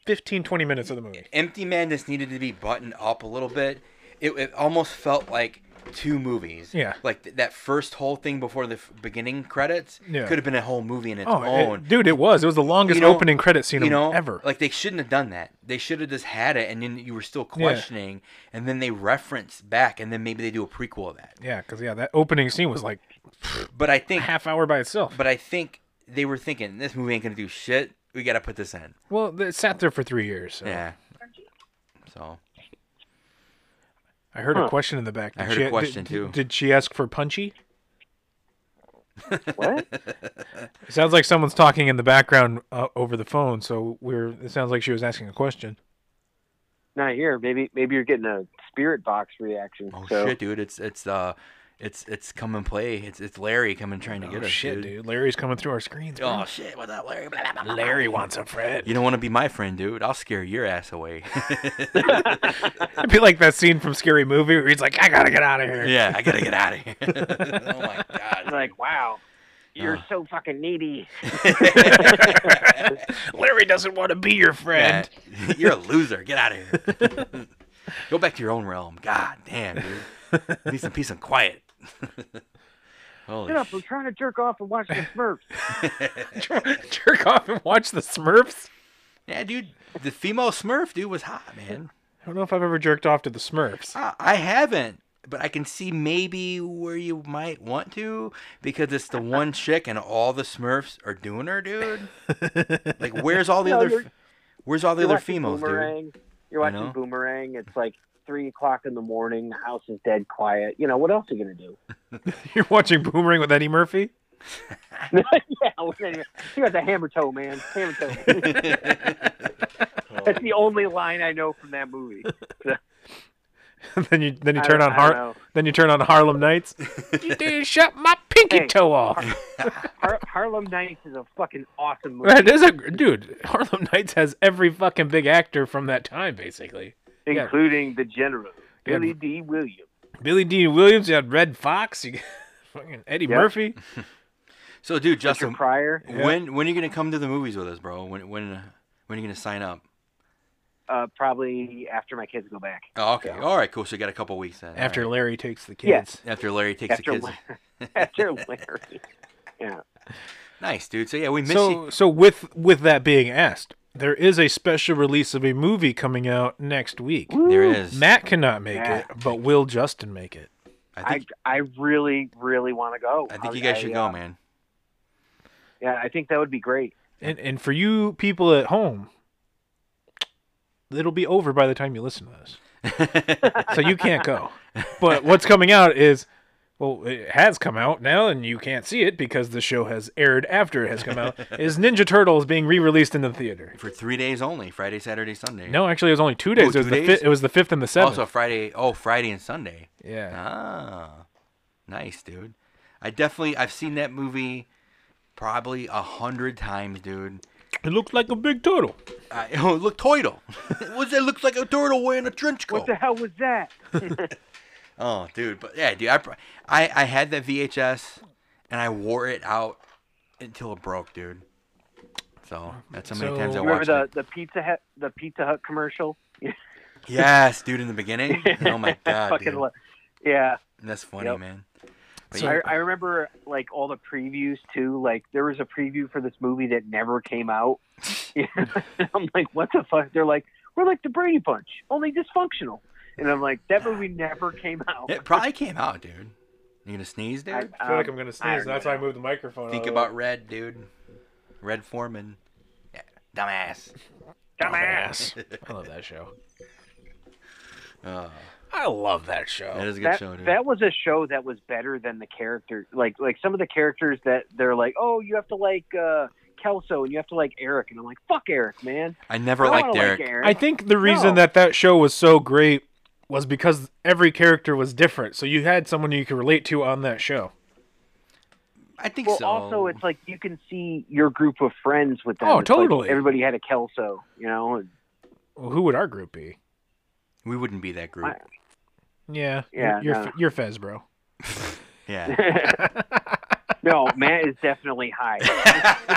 A: 15, 20 minutes of the movie.
B: Empty Man just needed to be buttoned up a little bit. It, it almost felt like two movies.
A: Yeah.
B: Like th- that first whole thing before the f- beginning credits
A: Yeah.
B: could have been a whole movie in its
A: Oh, it-
B: own.
A: dude, it was. It was the longest
B: know-
A: opening credit scene
B: you know,
A: ever.
B: Like they shouldn't have done that. They should have just had it, and then you were still questioning, and then they reference back, and then maybe they do a prequel of that.
A: yeah, because yeah, that opening scene was like
B: But I think,
A: half hour by itself.
B: but I think they were thinking this movie ain't gonna do shit. We gotta put this in.
A: Well, it sat there for three years. so.
B: Yeah. So
A: I heard a question in the back.
B: I
A: Did
B: heard
A: she-
B: a question,
A: did,
B: too.
A: Did she ask for punchy?
C: What?
A: It sounds like someone's talking in the background uh, over the phone. So we're. It sounds like she was asking a question.
C: Not here. Maybe maybe you're getting a spirit box reaction.
B: Oh
C: so
B: shit, dude! It's it's uh, it's it's come and play. It's it's Larry coming trying to get
A: oh
B: us,
A: shit, dude. Larry's coming through our screens. bro.
B: Oh shit! What's up, Larry? Blah, blah, blah, blah.
A: Larry wants a friend.
B: You don't want to be my friend, dude. I'll scare your ass away.
A: It'd be like that scene from Scary Movie where he's like, "I gotta get out of here."
B: yeah, I gotta get out of here. oh my god!
C: like wow, you're
B: Uh.
C: so fucking needy.
A: Larry doesn't want to be your
B: Yeah.
A: friend.
B: You're a loser. Get out of here. Go back to your own realm. God damn, dude. Need some peace and quiet. Holy
C: Shut up!
B: shit.
C: I'm trying to jerk off and watch the Smurfs.
A: Jerk off and watch the Smurfs.
B: Yeah, dude. The female Smurf dude was hot, man.
A: I don't know if I've ever jerked off to the Smurfs.
B: Uh, I haven't, but I can see maybe where you might want to because it's the one chick and all the Smurfs are doing her, dude. like, where's all the
C: No,
B: other,
C: you're-
B: f- where's all the
C: You're
B: other
C: watching
B: females, dude?
C: boomerang. You're
B: You
C: watching
B: know?
C: Boomerang. It's like three o'clock in the morning. The house is dead quiet. You know what else are you gonna do?
A: You're watching Boomerang with Eddie Murphy.
C: yeah, well, anyway, you got the hammer toe, man. Hammer toe. That's the only line I know from that movie.
A: then you then you
C: I
A: turn
C: don't-
A: on
C: I don't
A: Har-
C: know.
A: then you turn on Harlem Nights. you did shut my pinky
C: Hey.
A: toe off.
C: Har- Harlem Nights is a fucking awesome movie.
A: That is a dude. Harlem Nights has every fucking big actor from that time, basically. yeah.
C: including the general Billy D. Williams.
A: Billy Dean Williams. You had Red Fox. You got fucking Eddie
C: Yep.
A: Murphy.
B: So, dude,
C: Richard
B: Justin,
C: Pryor.
B: when when are you gonna come to the movies with us, bro? When when uh, when are you gonna sign up?
C: Uh, probably after my kids go back.
B: Oh, okay. All right, cool. So you got a couple weeks then. All
A: After
B: right.
A: Larry takes the
C: Yeah.
A: kids.
B: after Larry takes the
C: After
B: kids.
C: Lar- after Larry. Yeah.
B: Nice, dude. So yeah, we miss you.
A: So so with with that being asked, there is a special release of a movie coming out next week.
B: There is.
A: Matt cannot make
C: Yeah.
A: it, but will Justin make it?
B: I
C: I
B: think
C: I really really want to go.
B: I, think you guys should go,
C: uh,
B: man.
C: Yeah, I think that would be great.
A: And and for you people at home, it'll be over by the time you listen to this. so you can't go. But what's coming out is well, it has come out now and you can't see it because the show has aired after it has come out is Ninja Turtles being re-released in the theater.
B: For three days only, Friday, Saturday, Sunday.
A: No, actually it was only 2 days. it
B: Oh,
A: was
B: two
A: the
B: days?
A: Fi- it was the 5th and the 7th.
B: Also Friday. Oh, Friday and Sunday.
A: yeah.
B: Ah, nice, dude. I definitely I've seen that movie probably a hundred times, dude.
A: It looks like a big turtle.
B: I, oh, look, turtle. What's that? Looks like a turtle wearing a trench coat.
C: What the hell was that?
B: Oh, dude, but yeah, dude, I, pr- I I had that VHS and I wore it out until it broke, dude. So that's how many
A: So-
B: times I
C: Remember
B: watched
C: the,
B: it.
C: the Pizza Hut the Pizza Hut commercial?
B: Yes, dude, in the beginning. Oh my god,
C: Fucking
B: dude.
C: lo- yeah.
B: that's funny,
C: Yep.
B: man.
A: So-
C: I, I remember like all the previews too. Like there was a preview for this movie that never came out. Yeah. I'm like, what the fuck? They're like, we're like the Brady Bunch, only dysfunctional. And I'm like, that movie never came out.
B: It probably came out, dude. You gonna sneeze, dude?
C: I-
A: I feel like
C: um,
A: I'm gonna
C: I
A: sneeze.
C: don't
A: That's
C: know.
A: why I moved the microphone. out
B: Think
A: of the
B: about Red, dude. Red Foreman. Yeah, dumbass.
A: dumbass. I love that show.
B: Oh,
A: I love that show.
B: that is a good
C: that,
B: show, dude.
C: that was a show that was better than the character like like some of the characters that they're like oh you have to like uh kelso and you have to like eric and i'm like fuck eric man
B: I never
C: I
B: liked
C: don't wanna
B: Derek.
C: like eric
A: I think the reason
C: No.
A: that that show was so great was because every character was different, so you had someone you could relate to on that show.
B: I think
C: well
B: so.
C: also it's like you can see your group of friends with them
A: Oh,
C: It's like
A: totally.
C: everybody had a kelso you know and-
A: Well, who would our group be?
B: we wouldn't be that group.
A: Yeah,
C: Yeah,
A: you're, you're,
C: no.
A: you're Fez, bro.
B: Yeah.
C: no matt is definitely high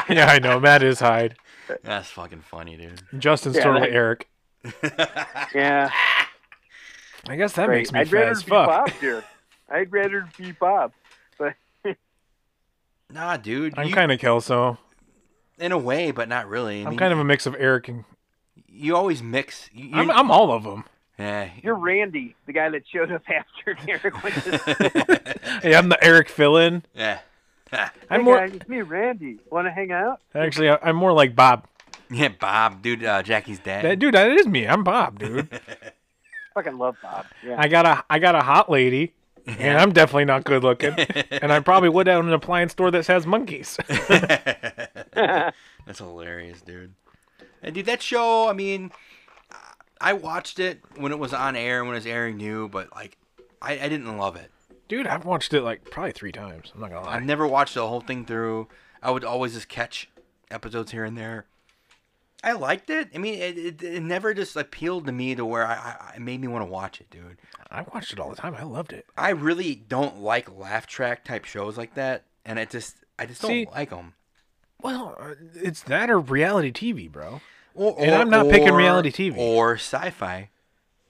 A: yeah, I know. Matt is Hyde.
B: That's fucking funny, dude.
A: Justin's
C: Yeah,
A: totally
C: like-
A: Eric.
C: yeah
A: I guess that
C: great.
A: makes me
C: i'd rather
A: Fez.
C: be
A: Fuck.
C: bob here i'd rather be bob
B: Nah, dude.
A: I'm
B: you-
A: kind of Kelso.
B: in a way, but not really. I
A: I'm
B: mean,
A: kind of a mix of Eric and
B: You always mix. You,
A: I'm, I'm all of them.
B: yeah.
C: you're randy the guy that showed up after derek went to
A: Hey, I'm the Eric fill-in.
B: yeah.
A: I'm
C: hey
A: more
C: guys, it's me, Randy. Want to hang out?
A: actually. I- I'm more like Bob.
B: Yeah, Bob, dude. Uh, Jackie's dad.
A: That dude, that is me. I'm Bob, dude.
C: Fucking love Bob. Yeah.
A: I got a I got a hot lady, and I'm definitely not good looking. and I probably would own an appliance store that has monkeys.
B: That's hilarious, dude. And dude, that show. I mean, I watched it when it was on air, when it was airing new, but like, I, I didn't love it.
A: dude, I've watched it like probably three times. I'm not gonna lie.
B: I've never watched the whole thing through. I would always just catch episodes here and there. I liked it. I mean, it, it, it never just appealed to me to where I, I it made me want to watch it, dude.
A: I watched it all the time. I loved it.
B: I really don't like laugh track type shows like that, and it just I just
A: See-
B: don't like them.
A: Well, uh, it's that or reality TV, bro.
B: Or, or,
A: And I'm not picking
B: or-
A: reality TV.
B: or sci-fi. I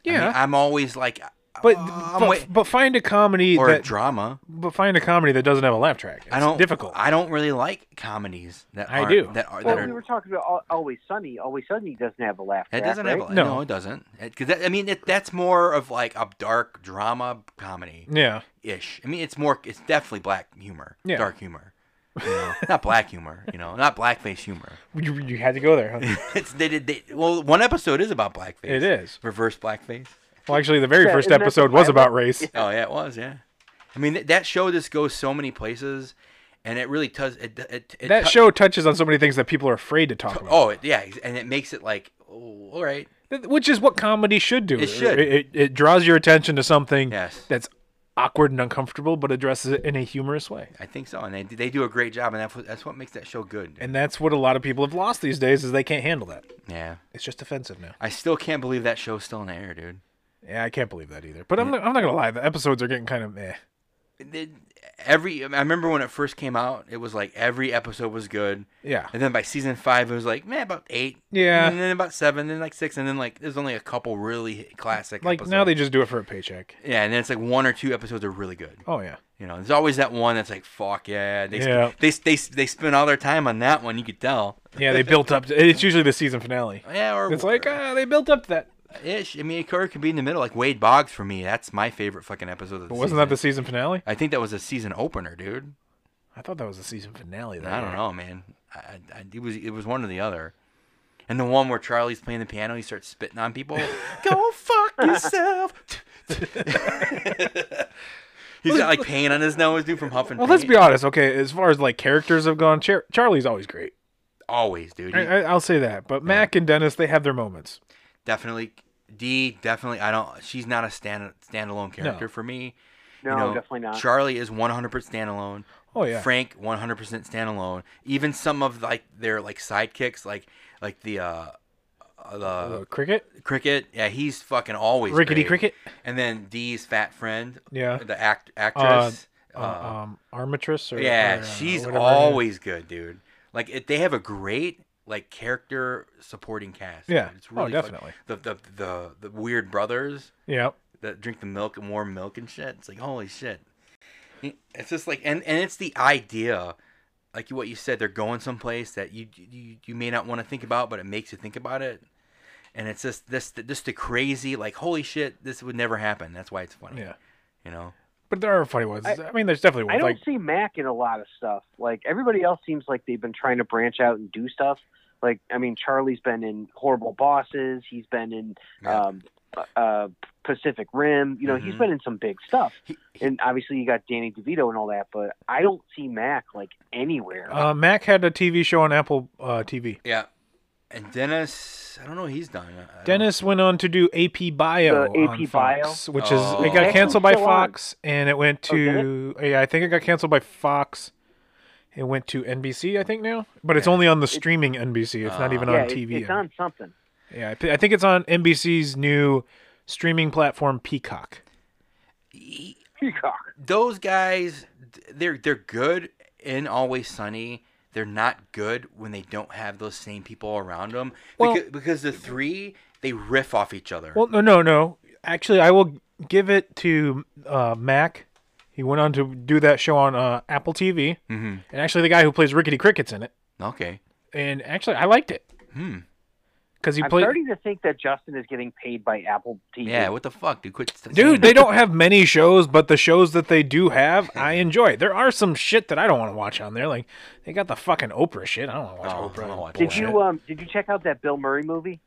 A: Yeah,
B: am always like,
A: but
B: but, Uh, I'm
A: but,
B: wait-
A: but find a comedy
B: or
A: that
B: drama.
A: but find a comedy that doesn't have a laugh track. It's
B: I don't
A: difficult.
B: I don't really like comedies that
A: I
B: aren't-
A: do.
B: that are
C: well,
B: that
C: we
B: are.
C: were talking about Al- Always Sunny. Always Sunny doesn't have a laugh.
B: It
C: track,
B: doesn't have
C: right?
B: a,
A: No.
B: no. it doesn't. Because I mean, it, that's more of like a dark drama comedy
A: yeah,
B: ish. I mean, it's more, it's definitely black humor,
A: Yeah.
B: dark humor, you know? not black humor, you know, not blackface humor.
A: you, you had to go there. Huh?
B: It's they did they, well. One episode is about blackface.
A: it is.
B: reverse blackface.
A: Well, actually, the very
C: Yeah,
A: first
C: isn't that the
A: episode was
C: pilot?
A: about race.
B: Oh yeah, it was yeah. I mean th- that show just goes so many places, and it really does. It it, it
A: That
B: tou-
A: show touches on so many things that people are afraid to talk about,
B: Oh it, yeah, and it makes it like oh, all right.
A: Th- which is what comedy should do.
B: It should.
A: It, it, it draws your attention to something
B: Yes.
A: that's awkward and uncomfortable, but addresses it in a humorous way.
B: I think so, and they they do a great job, and that's what, that's what makes that show good.
A: And that's what a lot of people have lost these days is they can't handle that.
B: yeah,
A: It's just offensive now.
B: I still can't believe that show's still in the air, dude.
A: Yeah, I can't believe that either. But I'm not, I'm not gonna lie, the episodes are getting kind of meh.
B: It- every I remember when it first came out, it was like every episode was good,
A: Yeah,
B: and then by season five, it was like man about eight,
A: Yeah.
B: and then about seven, then like six, and then like there's only a couple really classic.
A: like
B: episodes.
A: now they just do it for a paycheck.
B: yeah, and then it's like one or two episodes are really good.
A: Oh yeah,
B: You know, there's always that one that's like, fuck yeah. They, sp-
A: Yeah.
B: they, they, they spend all their time on that one. You could tell.
A: yeah. They built up. To, it's usually the season finale.
B: Yeah, or
A: It's like uh, they built up to that.
B: ish. I mean, it could it could be in the middle. Like Wade Boggs for me, that's my favorite fucking episode. Of the
A: But wasn't that the season finale?
B: I think that was a season opener, dude.
A: I thought that was the season finale. That
B: I don't know, man. I, I, I- it was it was one or the other. And the one where Charlie's playing the piano, he starts spitting on people. Go fuck yourself. He's got like paint on his nose, dude, from huffing.
A: Well, let's
B: paint.
A: be honest. Okay, as far as like characters have gone, Char- Charlie's always great.
B: always, dude. He-
A: I, I, I'll say that. But Mac and Dennis, they have their moments.
B: definitely D definitely I don't she's not a stand standalone character for me.
C: No,
B: You know,
C: definitely not.
B: Charlie is 100% standalone.
A: Oh, yeah.
B: Frank 100% standalone. Even some of like their like sidekicks like like the uh uh,
A: Uh,
B: the
A: cricket,
B: cricket, yeah, he's fucking always
A: rickety
B: great.
A: cricket,
B: And then D's fat friend,
A: Yeah.
B: the act actress, uh,
A: uh, um, armatress, or
B: yeah,
A: or, uh,
B: she's
A: whatever her
B: always good, dude. Like it, they have a great like character supporting cast.
A: Yeah.
B: dude. it's
A: Oh,
B: really fuck-
A: definitely.
B: the, the the the weird brothers
A: name- Yeah,
B: that drink the milk and warm milk and shit. It's like holy shit. It's just like and and it's the idea, like what you said, they're going someplace that you you you may not want to think about, but it makes you think about it. And it's just this just the crazy like holy shit, this would never happen. That's why it's funny.
A: yeah.
B: You know.
A: But there are funny ones. I, mean, there's definitely
C: I
A: ones
C: don't
A: like
C: see Mac in a lot of stuff. Like everybody else seems like they've been trying to branch out and do stuff. Like I mean, Charlie's been in Horrible Bosses. He's been in
B: Yeah.
C: um, uh, Pacific Rim. You know, he's
B: Mhm.
C: been in some big stuff.
B: He-
C: And obviously, you got Danny DeVito and all that. But I don't see Mac like anywhere.
B: Oh,
A: uh, Mac had a TV show on Apple uh, TV.
B: Yeah. And Dennis, I don't know what he's done. I don't-
A: Dennis went on to do AP Bio,
C: The
A: on
C: AP
A: Fox, which
B: Oh.
A: is it
B: That's
A: got canceled by
C: still on.
A: Fox, and it went
C: Oh, did it?
A: to yeah, I think it got canceled by Fox. It went to NBC, I think now, but it's
B: Yeah.
A: only on the streaming NBC. It's not even
B: Uh,
C: yeah,
A: on
C: it-
A: TV.
C: it's on something.
A: Yeah, I, th- I think it's on NBC's new streaming platform Peacock.
B: He-
C: Peacock.
B: those guys, they're they're good in Always Sunny. They're not good when they don't have those same people around them.
A: Well-
B: because, because the three they riff off each other.
A: Well, no, no, no. Actually, I will give it to uh, Mac. He went on to do that show on uh, Apple TV,
C: Mm-hmm.
B: Mhm.
A: and actually, the guy who plays Rickety Cricket's in it.
B: okay.
A: And actually, I liked it
B: Hmm.
A: because he
C: I'm
A: played.
C: starting to think that Justin is getting paid by Apple TV.
B: Yeah. What the fuck, dude? Quit. st- saying
A: Dude, they
B: that.
A: don't have many shows, but the shows that they do have, I
B: Hmm.
A: enjoy. There are some shit that I don't want to watch on there. Like they got the fucking Oprah shit. I don't want to watch
B: Oh,
A: Oprah.
B: I don't watch
A: bullshit.
C: Did you um did you check out that Bill Murray movie?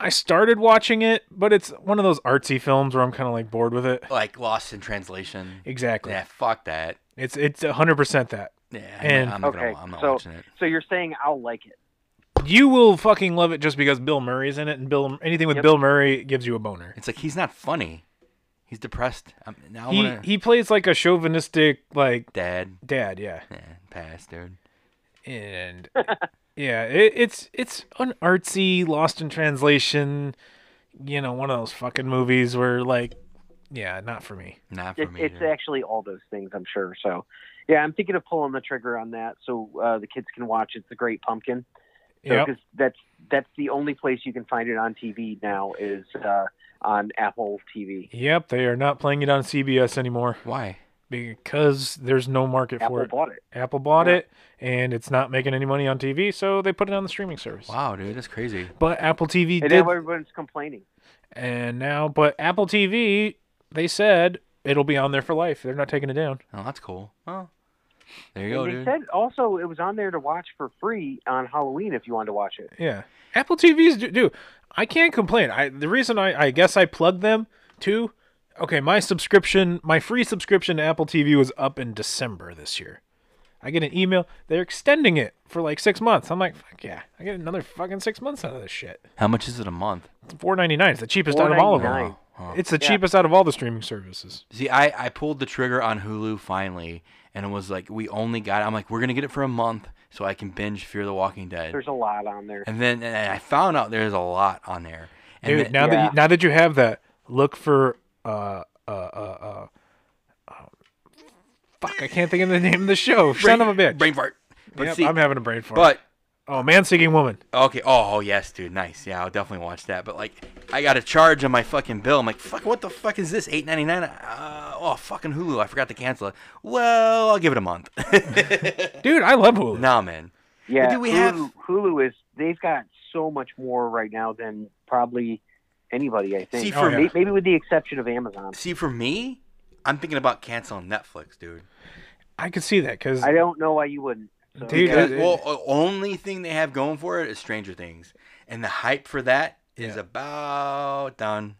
A: I started watching it, but it's one of those artsy films where I'm kind of like bored with it.
B: like Lost in Translation.
A: Exactly.
B: Yeah. Fuck that.
A: It's it's 100% that.
B: Yeah. I'm
A: And-
B: not, I'm not
C: okay,
B: gonna, I'm not
C: so
B: watching it.
C: so you're saying I'll like it?
A: You will fucking love it just because Bill Murray's in it and Bill anything with
C: Yep.
A: Bill Murray gives you a boner.
B: It's like he's not funny. He's depressed. I'm, now I
A: He
B: wanna,
A: he plays like a chauvinistic like
B: dad.
A: dad, yeah.
B: Yeah, pass, dude.
A: and yeah, it, it's it's an artsy Lost in Translation, you know, one of those fucking movies where like, yeah, not for me.
B: Not for
C: it
B: me.
C: it's
B: dude.
C: actually all those things, I'm sure. So, yeah, I'm thinking of pulling the trigger on that so uh, the kids can watch. It's the Great Pumpkin. So,
A: Yep.
C: 'cause that's that's the only place you can find it on TV now is uh, on Apple TV.
A: Yep, they are not playing it on CBS anymore
B: Why?
A: because there's no market for
C: Apple
A: it.
C: bought it.
A: Apple bought
C: Yeah.
A: it, and it's not making any money on TV, so they put it on the streaming service.
B: Wow, dude, that's crazy.
A: But Apple TV
C: And
A: did,
C: now everyone's complaining.
A: and now, but Apple TV, they said it'll be on there for life. They're not taking it down.
B: Oh, that's cool. Well, there you
C: And
B: go,
C: they
B: dude.
C: said also it was on there to watch for free on Halloween if you wanted to watch it.
A: Yeah. Apple TVs do, do. I can't complain. I the reason I, I guess I plugged them too. Okay, my subscription, my free subscription to Apple TV was up in December this year. I get an email, they're extending it for like six months. I'm like, fuck yeah. I get another fucking six months out of this shit.
B: How much is it a month?
A: It's four ninety nine. It's the cheapest out of all of them.
C: $4.99.
B: Wow.
A: It's the
C: Yeah.
A: cheapest out of all the streaming services.
B: See, I, I pulled the trigger on Hulu finally, and it was like, we only got I'm like, we're going to get it for a month so I can binge Fear the Walking Dead.
C: There's a lot on there.
B: And then and I found out there's a lot on there. And
A: Dude,
B: then-
A: now that
C: Yeah.
A: you, now that you have that, look for uh uh uh uh, uh fuck, I can't think of the name of the show. Son of a bitch.
B: Brain fart. But
A: Yep,
B: see,
A: I'm having a brain fart.
B: but
A: oh, man seeking woman.
B: Okay. Oh, oh, yes, dude. Nice. Yeah, I'll definitely watch that. But like, I got a charge on my fucking bill. I'm like, fuck. What the fuck is this? Eight ninety nine. Uh, oh, fucking Hulu. I forgot to cancel it. Well, I'll give it a month.
A: Dude, I love Hulu.
B: nah, man.
C: Yeah,
B: Do we
C: Hulu,
B: have-
C: Hulu is they've got so much more right now than probably anybody. I think
B: See,
A: Oh,
B: for
A: yeah.
B: me,
C: May- maybe with the exception of Amazon.
B: see, for me, I'm thinking about canceling Netflix, dude.
A: I could see that because
C: I don't know why you wouldn't. So,
A: Dude,
B: Because,
A: it-
B: well, o- only thing they have going for it is Stranger Things, and the hype for that is
A: Yeah.
B: about done.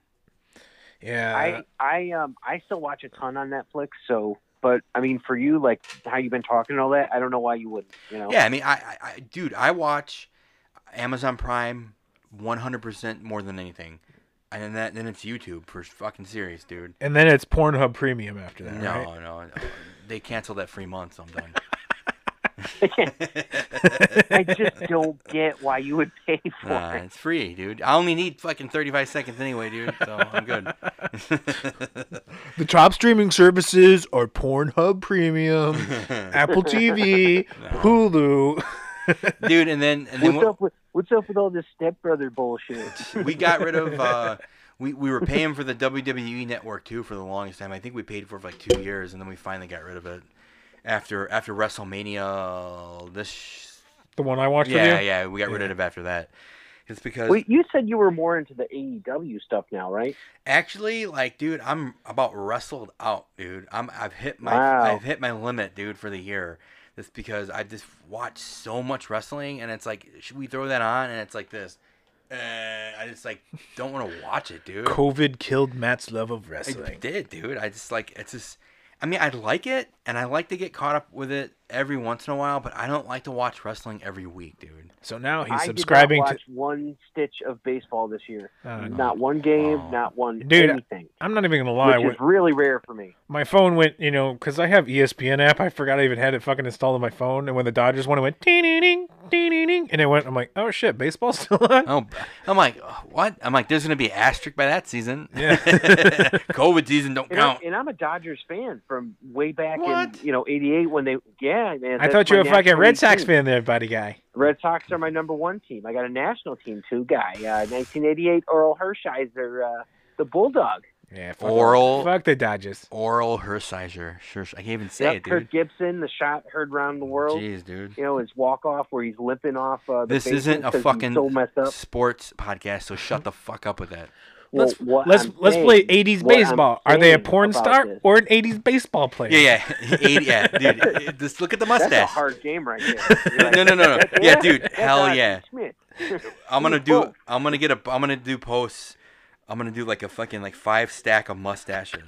A: yeah,
C: I I um I still watch a ton on Netflix. So, but I mean, for you, like how you've been talking and all that, I don't know why you wouldn't. You know?
B: Yeah, I mean, I, I, I dude, I watch Amazon Prime 100% more than anything. And then that, then it's YouTube for fucking serious, dude.
A: and then it's Pornhub Premium after that.
B: No,
A: right?
B: no, no. They canceled that free month, so I'm done.
C: I just don't get why you would pay for
B: Nah,
C: it.
B: it's free, dude. I only need fucking 35 seconds anyway, dude, so I'm good.
A: the top streaming services are Pornhub Premium, Apple TV, Hulu.
B: Dude, and then, and then
C: What's
B: what,
C: up with What's up with all this stepbrother bullshit?
B: we got rid of, uh, we, we were paying for the WWE network too for the longest time. I think we paid for it for like two years, and then we finally got rid of it after after WrestleMania this
A: The one I watched
B: Yeah,
A: with you.
B: yeah, we got rid of it after that. It's because
C: Wait, you said you were more into the AEW stuff now, right?
B: actually, like, dude, I'm about wrestled out, dude. I'm I've hit my
C: Wow.
B: I've hit my limit, dude, for the year. That's because I just watch so much wrestling, and it's like, should we throw that on? And it's like this. Uh, I just like don't want to watch it, dude.
A: COVID killed Matt's love of
B: I
A: wrestling.
B: did, dude. I just like it's just. I mean, I like it, and I like to get caught up with it every once in a while, but I don't like to watch wrestling every week, dude.
A: So now
C: I
A: he's
C: did
A: subscribing
C: not
A: to.
C: watch one stitch of baseball this year.
A: Oh, no.
C: Not one game,
B: Oh.
C: not one
A: Dude,
C: anything,
A: I'm not even gonna lie.
C: which
A: When,
C: is really rare for me.
A: my phone went, you know, because I have E ESPN app. I forgot I even had it fucking installed on my phone. And when the Dodgers won, it went ding ding ding ding ding, ding, and it went. I'm like, oh shit, baseball's still on.
B: Oh, I'm like, "Ugh, what? I'm like, there's gonna be an asterisk by that season.
A: Yeah.
B: COVID season don't
C: And, I'm,
B: count.
C: and I'm a Dodgers fan from way back
B: What?
C: in you know '88 when they yeah man.
A: I
C: that's
A: thought you
C: my
A: were a fucking
C: national
A: Red
C: league
A: Sox
C: team.
A: fan, there, buddy guy.
C: Red Sox are my number one team. I got a national team too guy. Uh, 1988 Earl Hershiser, uh, the Bulldog.
A: Yeah, fuck,
B: Oral,
A: fuck the Dodgers.
B: oral Hersizer. Sure, I can't even say
C: Yep,
B: it,
C: Kirk
B: dude.
C: Gibson, the shot heard round the world.
B: Jeez, dude.
C: You know his walk off where he's limping off. Uh, the
B: This
C: bases
B: isn't a
C: 'cause he's
B: fucking
C: so messed up.
B: sports podcast, so shut the fuck up with that.
C: Well,
A: let's
C: what
A: let's
C: I'm
A: let's
C: saying-
A: play 80s
C: what I'm
A: baseball. Are they a
C: saying
A: porn
C: about
A: star
C: this-
A: or an 80s baseball player?
B: Yeah, yeah, Eighty- yeah, dude. Just look at the mustache.
C: That's a hard game right there. You're like,
B: no, no, no, no.
C: "That's-
B: Yeah, dude.
C: that's
B: hell
C: Ozzie
B: yeah.
C: Smith."
B: I'm gonna
C: do
B: do.
C: both.
B: I'm gonna get a. I'm gonna do posts. I'm gonna do like a fucking like five stack of mustaches.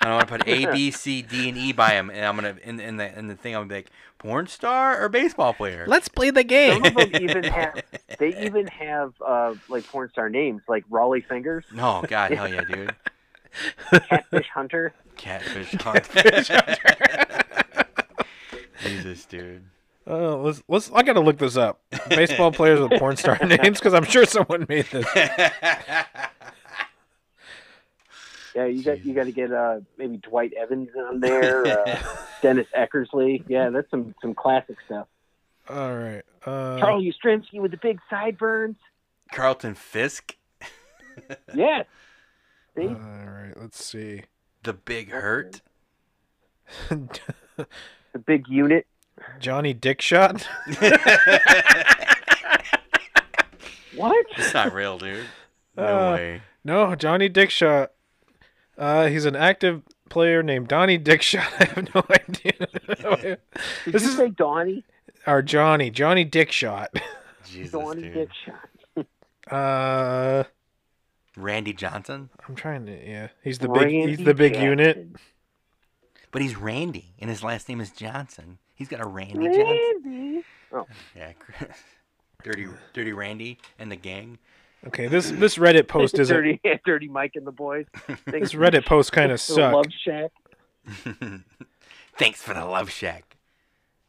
B: And I'm gonna put A, B, C, D, and E by them. And I'm gonna in in the in the thing. I'm gonna be like porn star or baseball player.
A: Let's play the game.
C: Some of them even have they even have uh, like porn star names like Raleigh Fingers,
B: no, God, hell yeah, dude.
C: Catfish Hunter.
B: Catfish hunter. Jesus, dude.
A: Uh, let's let's. I gotta look this up. Baseball players with porn star names because I'm sure someone made this.
C: Yeah, you got you got to get uh, maybe Dwight Evans on there, uh, Dennis Eckersley. Yeah, that's some some classic stuff.
A: All right. Uh,
C: Carl Yastrzemski with the big sideburns.
B: Carlton Fisk,
C: Yes. See?
A: all right. Let's see.
B: the big hurt.
C: the big unit.
A: Johnny Dickshot.
C: What?
B: It's not real, dude. No
A: Uh,
B: way.
A: No, Johnny Dickshot. Uh, he's an active player named Donnie Dickshot. I have no idea.
C: Did
A: this
C: you
A: is
C: say Donnie?
A: our Johnny, Johnny Dickshot.
B: Jesus,
C: Donnie
B: dude.
C: Dickshot.
A: Uh,
B: Randy Johnson,
A: I'm trying to. Yeah, he's the big.
C: Randy
A: He's the big unit.
C: Jackson.
B: but he's Randy, and his last name is Johnson. He's got a Randy Johnson.
C: Randy.
B: Yeah, dirty, dirty Randy and the gang.
A: Okay. This this Reddit post Oh, is a,
C: dirty, dirty Mike and the boys.
A: this Reddit post kind of
C: Love
A: sucked.
C: Shack.
B: Thanks for the love shack,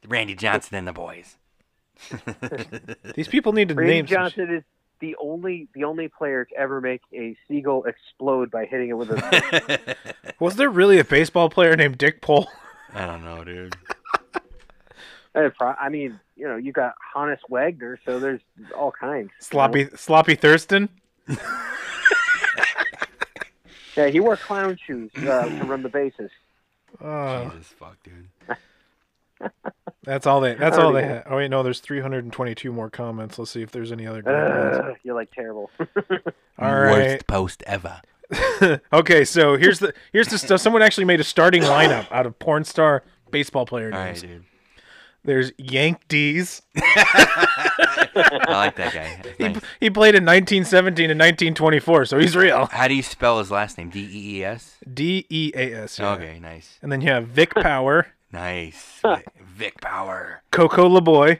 B: Randy Johnson and the boys.
A: These people need to
C: Randy
A: name. some
C: Johnson is the only the only player to ever make a seagull explode by hitting it with a.
A: shit. Was there really a baseball player named Dick Pole?
B: I don't know, dude.
C: I pro- I mean, you know, you got Hannes Wagner, so there's all kinds. you know?
A: Sloppy Sloppy Thurston.
C: Yeah, he wore clown shoes uh, to run the bases.
A: Oh,
B: Jesus fuck, dude.
A: that's all they. That's all they
C: Already-
A: had. Oh wait, no. There's 322 more comments. Let's see if there's any
C: Uh.
A: other. great ones.
C: Ugh, you're like terrible.
A: All right.
B: Worst post ever.
A: okay, so here's the here's the stuff. Someone actually made a starting lineup out of porn star baseball player
B: All right,
A: names.
B: dude.
A: There's Yank D's.
B: I like that guy. That's
A: He,
B: nice.
A: he played in 1917 and 1924, so he's real.
B: How do you spell his last name? D E E S.
A: D E A S. yeah.
B: Okay, nice,
A: And then you have Vic Power,
B: nice. Vic Power.
A: Coco LeBoy,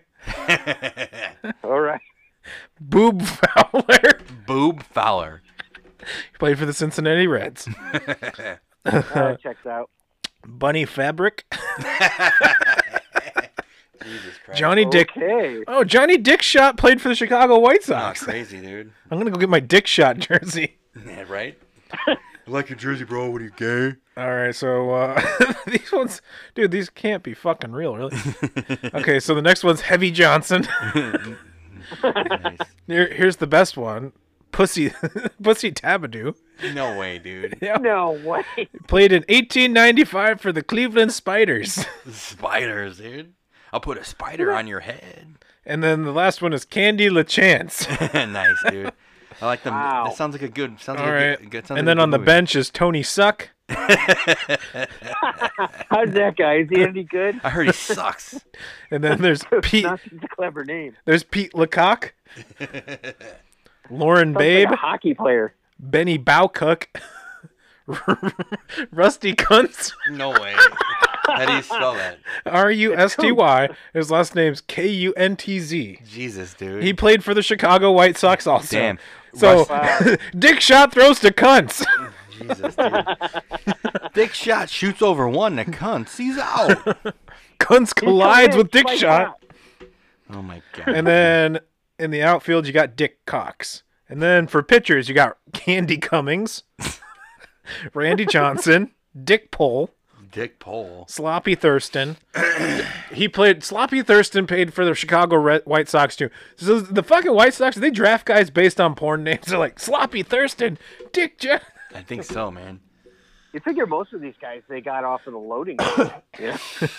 C: all right.
A: Boob Fowler.
B: Boob Fowler.
A: he played for the Cincinnati Reds.
C: All
A: Uh,
C: right, checks out.
A: Bunny Fabric,
B: Jesus Christ.
A: Johnny Dick.
C: Okay.
A: Oh, Johnny Dick Shot played for the Chicago White
B: Not
A: Sox.
B: crazy, dude.
A: I'm gonna go get my Dick Shot jersey.
B: Yeah, right? I like your jersey, bro. What are you, gay?
A: All right, so uh, these ones, dude, these can't be fucking real, really. okay, so the next one's Heavy Johnson.
B: Nice.
A: Here, here's the best one, Pussy, Pussy Tabadoo.
B: No way, dude.
C: No way.
A: Played in 1895 for the Cleveland Spiders.
B: Spiders, dude. I'll put a spider on your head.
A: And then the last one is Candy LaChance.
B: nice, dude. I like them.
C: Wow.
B: That sounds like a good. Sounds
A: All
B: like
A: right.
B: a good. good sounds
A: And
B: like
A: then
B: a
A: on the
B: good
A: bench is Tony Suck.
C: How's that guy? Is he any good?
B: movie. I heard he sucks.
A: And then there's Pete.
C: Not such a clever name.
A: There's Pete LeCocq. Lauren
C: Sounds
A: Babe.
C: like a hockey player.
A: Benny Bowcook. Rusty Kuntz.
B: no way. How do you spell that?
A: R U S T Y. His last name's K U N T Z.
B: Jesus, dude.
A: He played for the Chicago White Sox also.
B: Damn.
A: So
B: Rust-
A: Dick Shot throws to Kuntz.
B: Jesus, dude. Dick shot shoots over one. The cunt sees out.
A: Kuntz collides with Dick Shot.
B: Oh my god.
A: And then in the outfield, you got Dick Cox. And then for pitchers, you got Candy Cummings, Randy Johnson, Dick Pole,
B: Dick Pole.
A: Sloppy Thurston. he played Sloppy Thurston paid for the Chicago Red, White Sox too. So the fucking White Sox, they draft guys based on porn names. They're like Sloppy Thurston, Dick Jack.
B: I think so, man.
C: You figure most of these guys they got off of the loading. yeah.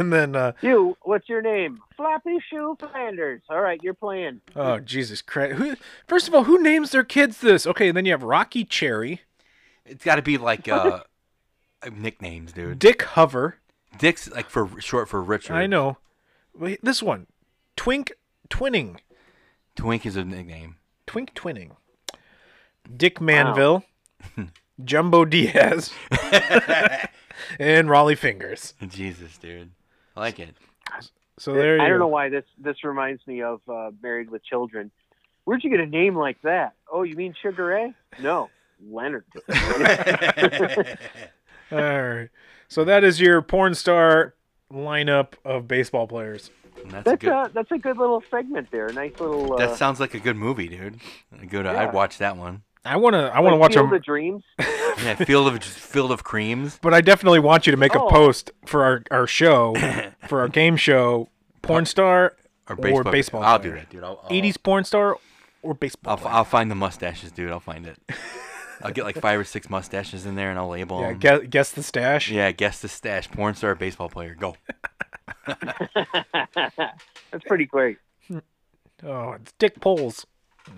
A: And then uh,
C: You, what's your name? Floppy Shoe Flanders. All right, you're playing.
A: oh Jesus Christ! Who, first of all, who names their kids this? Okay, and then you have Rocky Cherry,
B: It's got to be like uh, nicknames, dude.
A: Dick Hover.
B: Dick's like for short for Richard.
A: I know. Wait, this one, Twink Twinning,
B: Twink is a nickname.
A: Twink Twinning, Dick Manville, Jumbo Diaz, and Raleigh Fingers.
B: Jesus, dude. I like it.
A: So there you
C: I don't
A: go.
C: know why this this reminds me of uh, Married with Children. Where'd you get a name like that? Oh, you mean Sugar Ray? No, Leonard.
A: All right. So that is your porn star lineup of baseball players.
B: And That's, a
C: That's
B: good.
C: a that's a good little segment there. Nice little. Uh,
B: that sounds like a good movie, dude. A good.
C: Yeah.
B: I'd watch that one.
A: I wanna, I wanna
C: like
A: watch
C: Field
A: them,
C: of Dreams.
B: Yeah, Field of Field of Creams.
A: but I definitely want you to make
C: Oh.
A: a post for our our show, for our game show, porn star
B: Or baseball.
A: baseball
B: I'll
A: player.
B: do that, dude. I'll,
C: Oh.
B: I'll,
A: '80s porn star or baseball.
B: I'll,
A: player.
B: I'll find the mustaches, dude. I'll find it. I'll get like five or six mustaches in there, and I'll label
A: yeah,
B: them.
A: guess, guess the stash.
B: yeah, guess the stash. Porn star, baseball player. Go.
C: That's pretty great.
A: Oh, it's Dick Poles.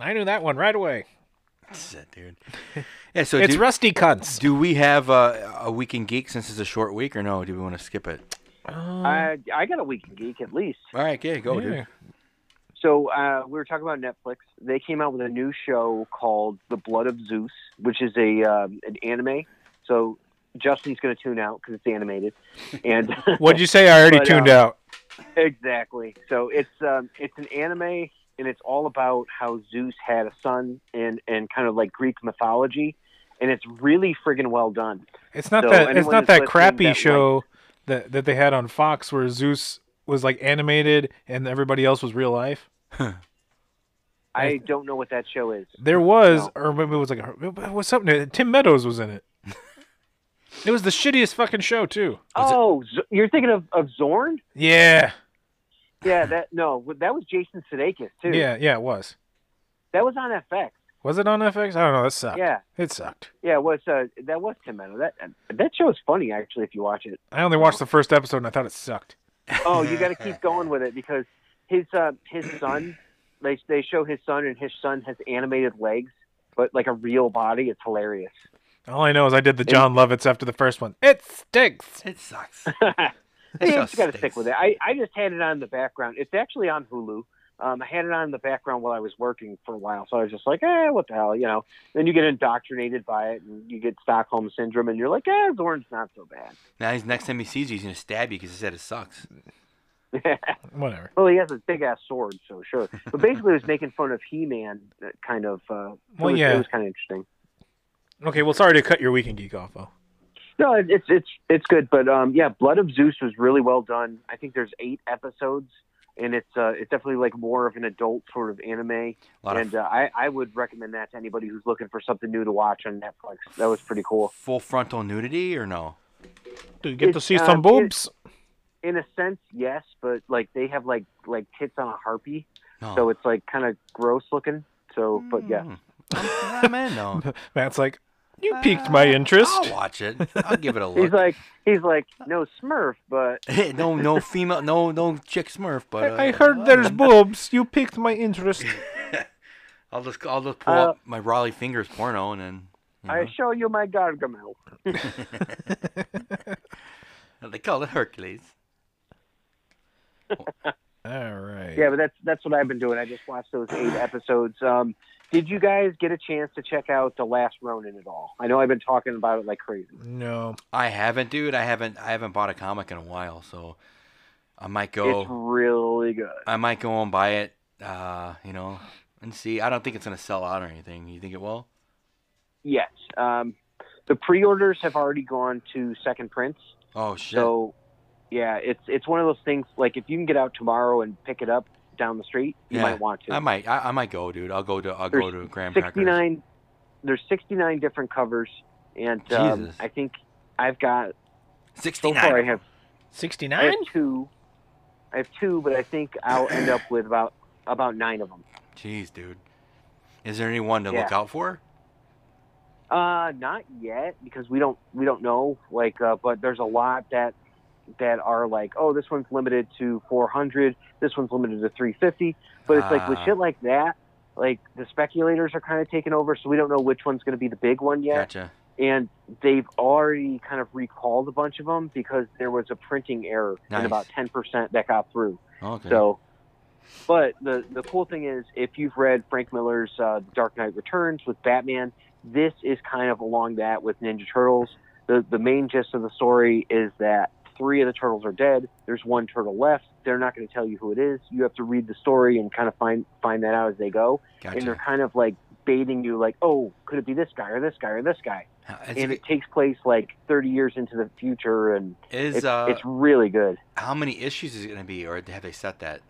A: I knew that one right away.
B: Shit, dude. Yeah. So
A: It's
B: do,
A: Rusty Cunts.
B: do we have uh, a week in geek since it's a short week, or no? Do we want to skip it?
A: Oh, Mm.
C: I I got a weekend geek at least.
B: All right, yeah, go, dude.
C: So uh, we were talking about Netflix. They came out with a new show called The Blood of Zeus, which is a um, an anime. So Justin's going to tune out because it's animated. And
A: What'd you say? I already
C: But, uh,
A: tuned out.
C: exactly. So it's um, it's an anime, and it's all about how Zeus had a son and and kind of like Greek mythology. And it's really friggin' well done.
A: It's not
C: so
A: that. It's
C: anyone
A: not
C: who's
A: that
C: listening
A: crappy
C: that likes-
A: show that that they had on Fox where Zeus was like animated and everybody else was real life.
C: I don't know what that show is.
A: There was,
C: No.
A: or maybe it was like a- what's something. Tim Meadows was in it. it was the shittiest fucking show too.
C: oh, Z- you're thinking of, of Zorn?
A: Yeah,
C: Yeah, that no, that was Jason Sudeikis too.
A: yeah, yeah. It was.
C: that was on FX.
A: Was it on FX? I don't know. That sucked.
C: Yeah.
A: it sucked.
C: Yeah, it was uh, that was Tim Meadows. That that show is funny actually if you watch it.
A: I only watched the first episode and I thought it sucked.
C: Oh, you got to keep going with it because his uh, his son they they show his son and his son has animated legs but like a real body. It's hilarious.
A: All I know is I did the John Lovitz after the first one. It stinks.
B: It sucks.
C: you
B: show
C: just got to stick
B: stinks.
C: with it. I I just had it on in the background. It's actually on Hulu. Um, I had it on in the background while I was working for a while, so I was just like, "Eh, what the hell," you know. Then you get indoctrinated by it, and you get Stockholm syndrome, and you're like, "Eh, Zorn's not so bad."
B: Now he's next time he sees you, he's gonna stab you because he said it sucks.
A: Whatever.
C: Well, he has a big ass sword, so sure. But basically, it was making fun of He Man, kind of. Uh, it
A: Well,
C: was,
A: yeah.
C: It was kind of interesting.
A: Okay, well, sorry to cut your weekend geek off though.
C: No, it- it's it's it's good, but um, yeah, Blood of Zeus was really well done. I think there's eight episodes, and it's uh, it's definitely like more of an adult sort of anime.
B: A lot
C: and
B: of
C: uh, I I would recommend that to anybody who's looking for something new to watch on Netflix. That was pretty cool.
B: full frontal nudity or no?
A: Do you get to
C: It's,
A: see
C: uh,
A: some
C: it-
A: boobs?
C: In a sense, yes, but like they have like like tits on a harpy,
B: No.
C: so
B: Hmm.
C: it's like kind of gross looking. So, but yeah.
B: Mm. I'm, I'm in, no.
A: Matt's like, You piqued my interest.
B: I'll watch it. I'll give it a
C: He's
B: look.
C: like, he's like, no Smurf, but
B: no, no female, no, no chick Smurf. But uh,
A: I, I heard there's boobs. You piqued my interest.
B: I'll just, I'll just pull
C: Uh,
B: up my Raleigh fingers porno and then. you
C: I show you my Gargamel.
B: know, they call it Hercules.
A: All right.
C: Yeah, but that's that's what I've been doing. I just watched those eight episodes. Um, did you guys get a chance to check out the Last Ronin at all? I know I've been talking about it like crazy.
A: No.
B: I haven't, dude. I haven't, I haven't bought a comic in a while, so I might go.
C: It's really good.
B: I might go and buy it. Uh, you know, and see. I don't think it's gonna sell out or anything. You think it will?
C: Yes. Um, the pre-orders have already gone to second prints.
B: Oh shit.
C: So, yeah, it's it's one of those things. Like if you can get out tomorrow and pick it up down the street, you
B: Yeah,
C: might want to.
B: I might, I, I might go, dude. I'll go to, I'll go to Graham Crackers.
C: 69 there's 69 different covers and um,
B: Jesus.
C: i think i've got so
B: Sixty-nine.
C: far i have i have
A: Sixty-nine.
C: two i have two but i think i'll end up with about about nine of them
B: Jeez, dude. Is there anyone to look
C: Yeah.
B: out for?
C: uh not yet because we don't we don't know like uh, but there's a lot that that are like oh this one's limited to 400 this one's limited to 350 but it's like with
B: Ah.
C: shit like that like the speculators are kind of taking over so we don't know which one's going to be the big one yet
B: Gotcha.
C: and they've already kind of recalled a bunch of them because there was a printing error
B: Nice.
C: in about 10% that got through.
B: Okay.
C: So, but the the cool thing is, if you've read Frank Miller's uh, Dark Knight Returns with Batman, this is kind of along that with Ninja Turtles. The the main gist of the story is that three of the turtles are dead. There's one turtle left. They're not going to tell you who it is. You have to read the story and kind of find find that out as they go. And they're
B: gotcha.
C: kind of like baiting you, like, oh, could it be this guy or this guy or this guy? and
B: Is,
C: it takes place like 30 years into the future, and
B: is,
C: it's,
B: uh,
C: it's really good.
B: how many issues is it gonna be, or have they set that?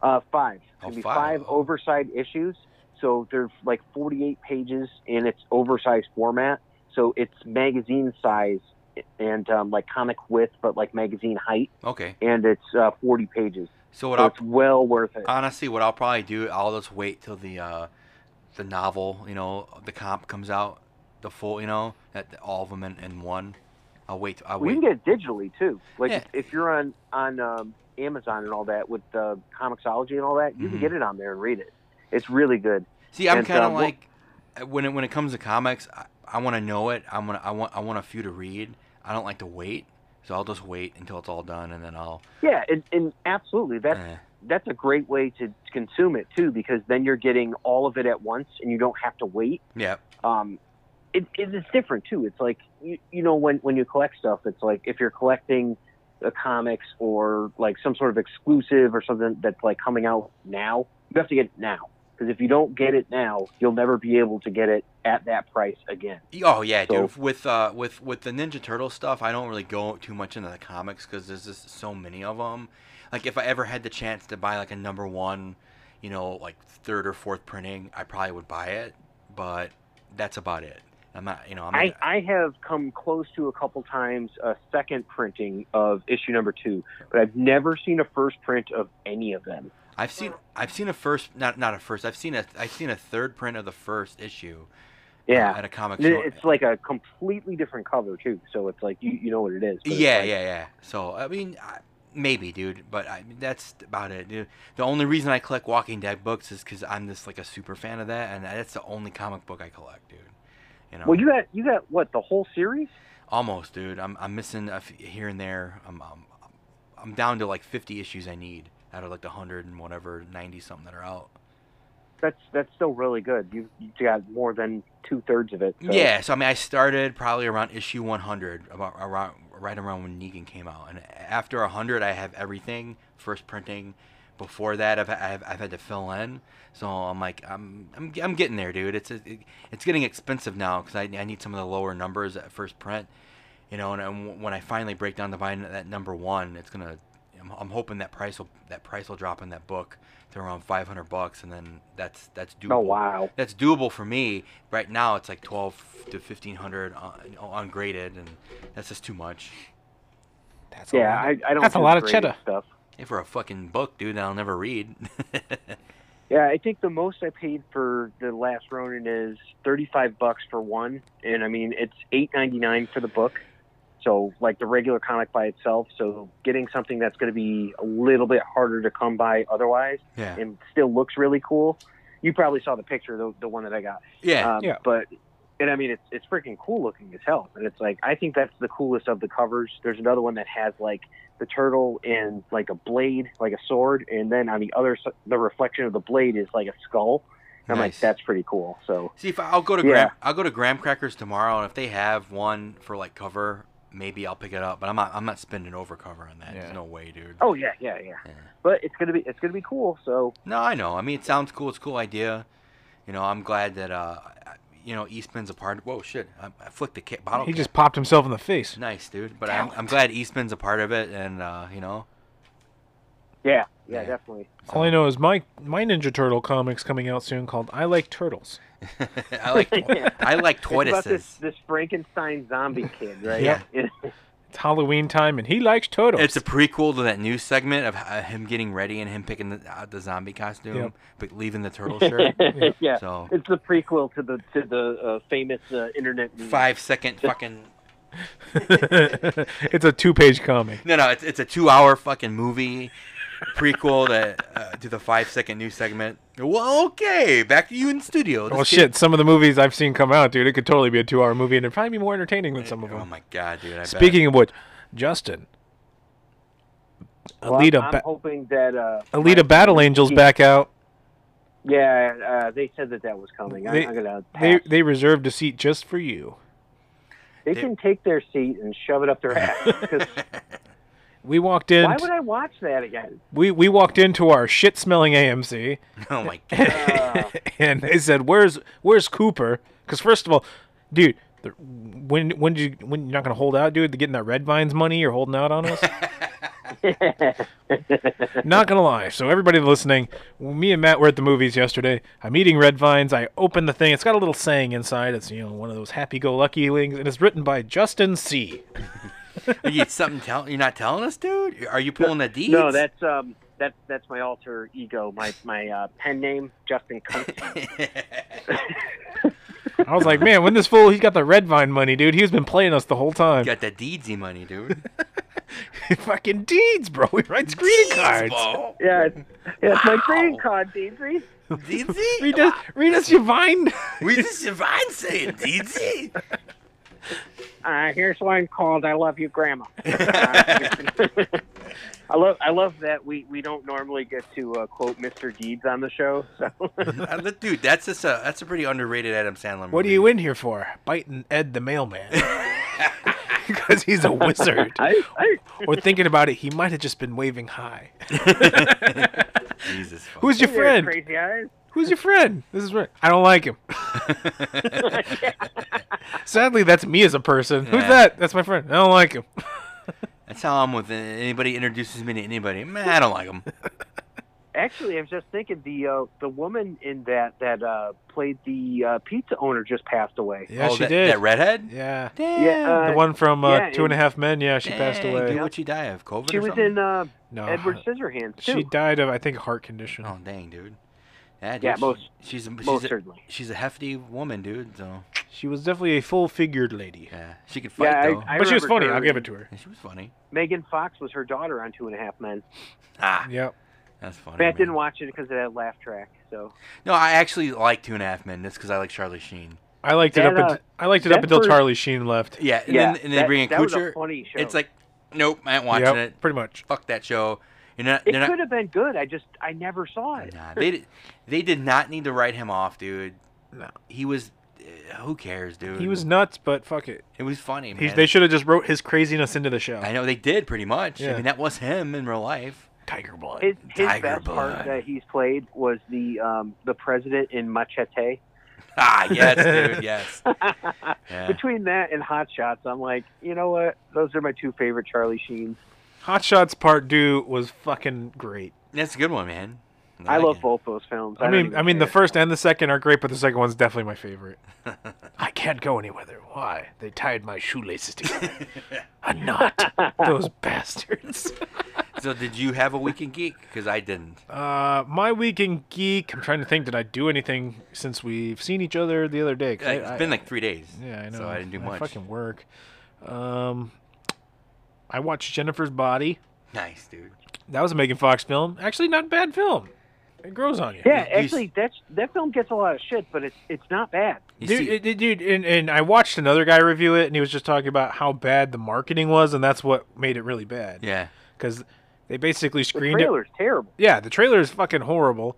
C: Uh, five. It's
B: Oh,
C: gonna be
B: five.
C: five. oversized issues. So there's like 48 pages in its oversized format. So it's magazine size and um, like comic width, but like magazine height,
B: Okay.
C: and it's uh, 40 pages.
B: So what
C: So
B: I'll
C: it's well worth it.
B: honestly, what I'll probably do, I'll just wait till the, uh, the novel, you know, the comp comes out, the full, you know, that all of them in, in one. I'll wait. I'll
C: Well,
B: wait.
C: you can get it digitally too. Like
B: Yeah.
C: if, if you're on on um, Amazon and all that with uh, Comixology and all that, you
B: Mhm.
C: can get it on there and read it. It's really good.
B: See, I'm
C: And,
B: kind of
C: um, what-
B: like when it when it comes to comics, I, I want to know it. I want I want I want a few to read. I don't like to wait, so I'll just wait until it's all done, and then I'll.
C: Yeah, and, and absolutely. That's
B: eh.
C: that's a great way to consume it too, because then you're getting all of it at once, and you don't have to wait.
B: Yeah,
C: Um, it, it is different too. It's like you, you know when when you collect stuff, it's like if you're collecting uh comics or like some sort of exclusive or something that's like coming out now, you have to get it now. Because if you don't get it now, you'll never be able to get it at that price again.
B: Oh yeah,
C: So-
B: dude. With uh, with with the Ninja Turtle stuff, I don't really go too much into the comics because there's just so many of them. Like if I ever had the chance to buy like a number one, you know, like third or fourth printing, I probably would buy it. But that's about it. I'm not, you know, I'm.
C: I,
B: Not,
C: I have come close to a couple times a second printing of issue number two, but I've never seen a first print of any of them.
B: I've seen I've seen a first, not not a first. I've seen a I've seen a third print of the first issue. uh,
C: Yeah.
B: at a comic
C: And it-
B: store.
C: It's like a completely different cover too, so it's like you, you know what it is. but it's
B: Yeah,
C: like-
B: yeah, yeah. So I mean, I, maybe, dude. But I mean, that's about it, dude. The only reason I collect Walking Dead books is because I'm just like a super fan of that, and that's the only comic book I collect, dude. You know,
C: Well, you got you got what the whole series?
B: almost, dude. I'm I'm missing a f- here and there. I'm, I'm I'm down to like 50 issues I need out of like the hundred and whatever 90 something that are out.
C: That's that's still really good. You you got more than two thirds of it. so-
B: Yeah, so I mean, I started probably around issue 100, about around right around when Negan came out, and after 100, I have everything first printing. Before that, I've, I've, I've had to fill in, so I'm like, I'm I'm, I'm getting there, dude. It's it, it's getting expensive now because I, I need some of the lower numbers at first print, you know. And, and when I finally break down to buy that number one, it's gonna. I'm, I'm hoping that price will that price will drop in that book to around 500 bucks, and then that's that's doable
C: Oh wow.
B: that's doable for me right now it's like 12 to 1500 on, on graded and that's just too much
A: That's A lot.
C: Yeah, I, I don't.
A: That's a
C: do
A: lot of
C: graded
A: cheddar.
C: stuff.
B: and for a fucking book dude that i'll never read
C: Yeah, I think the most I paid for the last Ronin is thirty-five bucks for one, and I mean it's eight ninety-nine for the book. So like the regular comic by itself. So getting something that's going to be a little bit harder to come by otherwise,
B: Yeah.
C: and still looks really cool. You probably saw the picture, the the one that I got.
B: Yeah.
C: Um,
A: Yeah.
C: But and I mean, it's it's freaking cool looking as hell, and it's like I think that's the coolest of the covers. There's another one that has like the turtle and like a blade, like a sword, and then on the other s- the reflection of the blade is like a skull. And I'm like,
B: Nice.
C: that's pretty cool. So
B: See if I, I'll go to
C: Yeah.
B: Graham, I'll go to Graham Crackers tomorrow, and if they have one for like cover, maybe I'll pick it up. But I'm not I'm not spending over cover on that.
E: Yeah.
B: There's no way, dude.
C: oh yeah, yeah, yeah.
B: Yeah.
C: But it's gonna be it's gonna be cool. So
B: No, I know. I mean, it sounds cool. It's a cool idea. You know, I'm glad that uh, I- you know, Eastman's a part. Whoa, shit! I, I flicked the ca- bottle.
A: He
B: cap.
A: just popped himself in the face.
B: nice, dude. But I'm, I'm glad Eastman's a part of it, and uh, you know,
C: yeah, yeah,
B: Yeah.
C: definitely.
A: All I know is my my Ninja Turtle comics coming out soon called I Like Turtles.
B: I like I like
C: It's about this
B: tortoises.
C: this Frankenstein zombie kid, right?
B: Yeah.
A: It's Halloween time and he likes turtles.
B: It's a prequel to that new segment of uh, him getting ready and him picking the, out the zombie costume,
A: Yep.
B: but leaving the turtle shirt.
C: yeah.
B: So
C: It's the prequel to the to the uh, famous uh, internet meme.
B: five second fucking
A: it's a two page comic.
B: no no it's, it's a two hour fucking movie prequel to uh, to the five second new segment. Well, okay, back to you in studio.
A: Well,
B: This kid-
A: Oh, shit, some of the movies I've seen come out, dude, it could totally be a two hour movie and it'd probably be more entertaining than some of
B: Oh
A: them.
B: my god, dude! I bet.
A: Speaking of which, Justin,
C: Well,
A: Alita,
C: I'm
A: ba-
C: hoping that uh,
A: Alita Battle Angels back out.
C: Yeah, uh, they said that that was coming.
A: They-
C: I, I'm gonna
A: They
C: pass. They,
A: they reserved a seat just for you.
B: they-
C: can take their seat and shove it up their ass. 'cause
A: We walked in.
C: why would I watch that again?
A: we we walked into our shit smelling AMC,
B: oh my god,
C: Uh,
A: and they said, "Where's where's Cooper?" Because first of all, dude, the, when when did you when you're not gonna hold out, dude? The getting that Red Vines money you're holding out on us. not gonna lie. So everybody listening, me and Matt were at the movies yesterday. I'm eating Red Vines. I open the thing. It's got a little saying inside. It's you know one of those happy-go-lucky things, and it's written by Justin C.
B: Are you something tell you're not telling us, dude. Are you pulling the deeds?
C: no, that's um, that's that's my alter ego, my my uh, pen name, Justin. Cunt.
A: I was like, man, when this fool he's got the Red Vine money, dude. He's been playing us the whole time.
B: got that deedsy money, dude.
A: fucking deeds, bro. We write greeting cards.
B: Ball.
C: yeah, it's, yeah, it's my
B: Wow.
C: green card, Deidre.
B: Deedsy?
A: Read us, read us your vine.
B: We just divine saying deedsy.
C: Uh, here's one called "I Love You, Grandma." Uh, I love I love that we we don't normally get to uh, quote Mr. Deeds on the show, so.
B: Uh, look, Dude, that's just a that's a pretty underrated Adam Sandler movie.
A: What are you in here for? Biting Ed the mailman. Because he's a wizard.
C: I, I,
A: Or thinking about it, he might have just been waving high.
B: Jesus. fuck.
A: Who's your
C: Hey there,
A: friend?
C: Crazy eyes.
A: Who's your friend? This is right. I don't like him. Sadly, that's me as a person. Who's
B: Yeah.
A: that? That's my friend. I don't like him.
B: That's how I'm with uh, anybody introduces me to anybody. Man, I don't like them.
C: Actually, I was just thinking the uh, the woman in that that uh, played the uh, pizza owner just passed away.
A: Yeah,
B: oh,
A: she
B: that,
A: did.
B: That redhead.
A: yeah.
C: Yeah,
A: the
C: uh,
A: one from uh,
C: yeah,
A: Two and a
C: it-
A: Half Men. Yeah, she passed
B: Dang,
A: away.
B: Dude, what'd she die of? COVID.
C: She
B: or
C: was
B: something?
C: in uh,
A: No,
C: Edward Scissorhands too.
A: she died of I think a heart condition.
B: Oh dang, dude. Yeah, dude,
C: Yeah,
B: she-
C: most-
B: She's a, she's
C: most
B: a-
C: certainly.
B: She's a hefty woman, dude. So
A: She was definitely a full-figured lady.
B: yeah, she could fight
C: Yeah, I-
B: though.
C: I
A: but she was
C: remembered
A: funny.
C: her
A: I'll give it
C: and
A: to her.
B: Yeah, she was funny.
C: Megan Fox was her daughter on Two and a Half Men.
B: Ah,
A: Yep.
B: that's funny.
C: Matt didn't
B: man.
C: watch it because of that laugh track. So
B: No, I actually like Two and a Half Men. That's because I like Charlie Sheen.
A: I liked it
C: That,
A: up. unt-
C: uh,
A: I liked it
C: that
A: up until
C: first-
A: Charlie Sheen left.
B: Yeah, and
C: yeah,
B: then and they
C: that,
B: bring in
C: that was a
B: Kutcher.
C: funny show.
B: It's like, nope, I ain't watching
A: Yep,
B: it.
A: Pretty much.
B: Fuck that show. You're not.
C: it
B: they're not-
C: could have been good. I just I never saw it.
B: Nah, they did- they did not need to write him off, dude.
A: No.
B: He was. uh, Who cares, dude?
A: He was nuts, but fuck it.
B: It was funny, man.
A: He, they should have just wrote his craziness into the show.
B: I know they did pretty much.
A: Yeah.
B: I mean, that was him in real life.
A: Tiger blood.
C: His, his
B: Tiger
C: best
B: Blood.
C: part that he's played was the um, the president in Machete.
B: Ah, yes, dude, yes. Yeah.
C: Between that and Hot Shots, I'm like, you know what? Those are my two favorite Charlie Sheens.
A: Hot Shots Part Two was fucking great.
B: That's a good one, man.
C: I
B: like
C: love
B: it.
C: both those films.
A: I
C: don't
A: mean,
C: even
A: I mean, the
C: care.
A: first and the second are great, but the second one's definitely my favorite. I can't go any whither. Why? They tied my shoelaces together. A knot. Those bastards.
B: So did you have a weekend geek? Because I didn't.
A: Uh, my weekend geek. I'm trying to think. Did I do anything since we've seen each other the other day? 'Cause I-
B: Like, Uh, it's
A: I-
B: been like three days.
A: yeah, I know.
B: So I didn't do
A: I
B: much.
A: Fucking work. Um, I watched Jennifer's Body.
B: Nice, dude.
A: That was a Megan Fox film. Actually, not a bad film. It grows on you.
B: You-
C: Yeah,
B: you s-
C: actually, that's that film gets a lot of shit, but it's it's not bad.
B: You
A: dude,
B: see,
A: it- it- dude, and, and I watched another guy review it, and he was just talking about how bad the marketing was, and that's what made it really bad.
B: yeah.
A: because they basically
C: The
A: screened it.
C: trailer's terrible.
A: Yeah, the trailer is fucking horrible,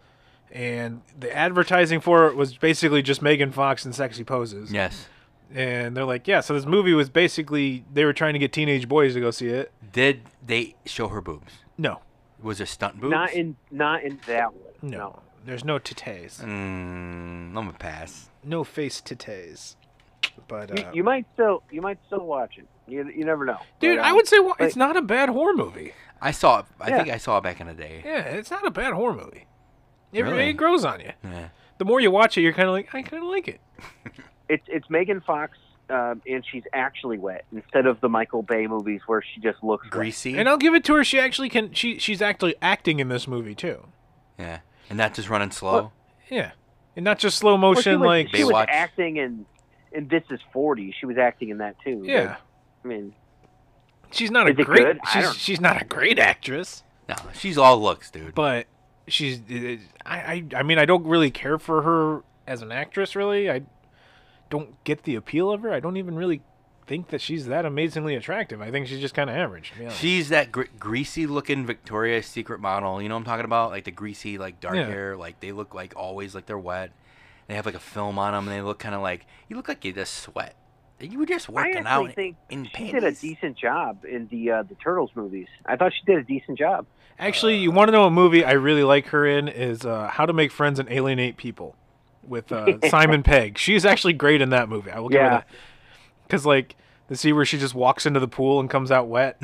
A: and the advertising for it was basically just Megan Fox in sexy poses.
B: Yes.
A: and they're like, yeah, so this movie was basically they were trying to get teenage boys to go see it.
B: Did they show her boobs?
A: No,
B: Was it stunt boobs?
C: Not in not in that one.
A: no, there's no titties,
B: Mm, I'm gonna pass.
A: no face titties. But uh,
C: You, you might still you might still watch it. You, you never know.
A: dude,
C: But,
A: I
C: um,
A: would say wa-
C: but-
A: it's not a bad horror movie.
B: I saw it. I
C: Yeah.
B: think I saw it back in the day.
A: Yeah, it's not a bad horror movie. It,
B: Really?
A: it grows on you.
B: Yeah.
A: The more you watch it, you're kind of like, I kind of like it.
C: It's it's Megan Fox, um, and she's actually wet instead of the Michael Bay movies where she just looks greasy.
B: Greasy.
A: And I'll give it to her. She actually can. She she's actually acting in this movie too.
B: yeah. And not just running slow.
A: Yeah, and not just slow
C: Well, she
A: motion
C: was,
A: like
C: she was
B: Baywatch.
C: acting in in This Is Forty. She was acting in that too.
A: yeah.
C: Like, I mean,
A: She's not a
C: Is it
A: great.
C: good? I
A: She's
C: don't-
A: she's not a great actress,
B: No, she's all looks, dude.
A: but she's. I, I I mean I don't really care for her as an actress. Really, I don't get the appeal of her. I don't even really think that she's that amazingly attractive. I think she's just kind of average. to be honest.
B: She's that gr- greasy-looking Victoria's Secret model. You know what I'm talking about? Like the greasy, like dark
A: Yeah.
B: hair. Like they look like always like they're wet. They have like a film on them, and they look kind of like you look like you just sweat. You were just
C: I
B: working
C: actually
B: out
C: think
B: in
C: she did a
B: panties.
C: decent job in the uh, the Turtles movies. I thought she did a decent job.
A: Actually, you want to know a movie I really like her in is uh, How to Make Friends and Alienate People with uh, Simon Pegg. She's actually great in that movie. I will give her
C: Yeah.
A: that. Because, like, the scene where she just walks into the pool and comes out wet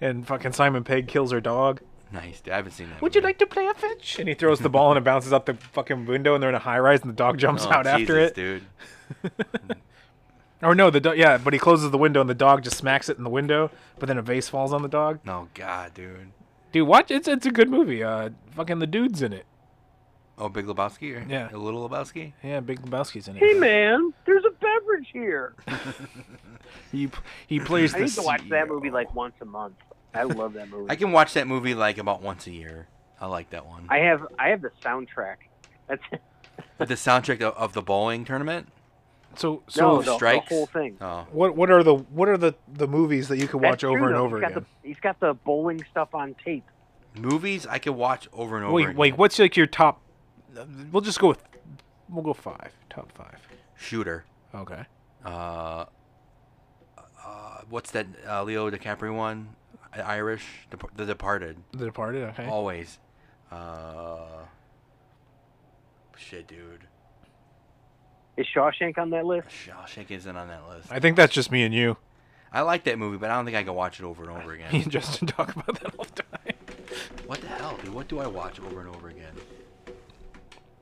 A: and fucking Simon Pegg kills her dog.
B: nice. Dude. I haven't seen that.
A: Would you
B: movie.
A: like to play a fetch? And he throws the ball and it bounces up the fucking window and they're in a high rise and the dog jumps
B: Oh,
A: out after
B: Jesus,
A: it.
B: dude?
A: Or no, the do- yeah, but he closes the window and the dog just smacks it in the window, but then a vase falls on the dog.
B: No, God, dude.
A: Dude, watch it's it's a good movie. Uh fucking the dude's in it.
B: Oh, Big Lebowski? Or
A: Yeah.
B: A little Lebowski?
A: Yeah, Big Lebowski's in it.
C: Hey man, there's a beverage here.
A: He p- he plays.
C: I
A: the
C: need to watch that movie
A: CEO.
C: like once a month. I love that movie.
B: I can watch that movie like about once a year. I like that one.
C: I have I have the soundtrack. That's
B: But the soundtrack of, of the bowling tournament?
A: So so
C: no, the, the
B: Strikes?
C: whole thing.
B: Oh.
A: what what are the what are the the movies that you can watch
C: That's
A: over
C: true,
A: and
C: though.
A: over
C: he's got
A: again?
C: The, he's got the bowling stuff on tape.
B: Movies I could watch over and over.
A: Wait
B: again.
A: wait, what's like your top? We'll just go with we'll go five top five.
B: Shooter.
A: Okay.
B: Uh, uh, what's that uh, Leo DiCaprio one? I- Irish? Dep- the Departed.
A: The Departed. Okay.
B: Always. Uh, shit, dude.
C: Is Shawshank on that list?
B: Shawshank isn't on that list.
A: I think that's just me and you.
B: I like that movie, but I don't think I can watch it over and over
A: Me
B: again.
A: and Justin talk about that all the time.
B: What the hell, dude? What do I watch over and over again?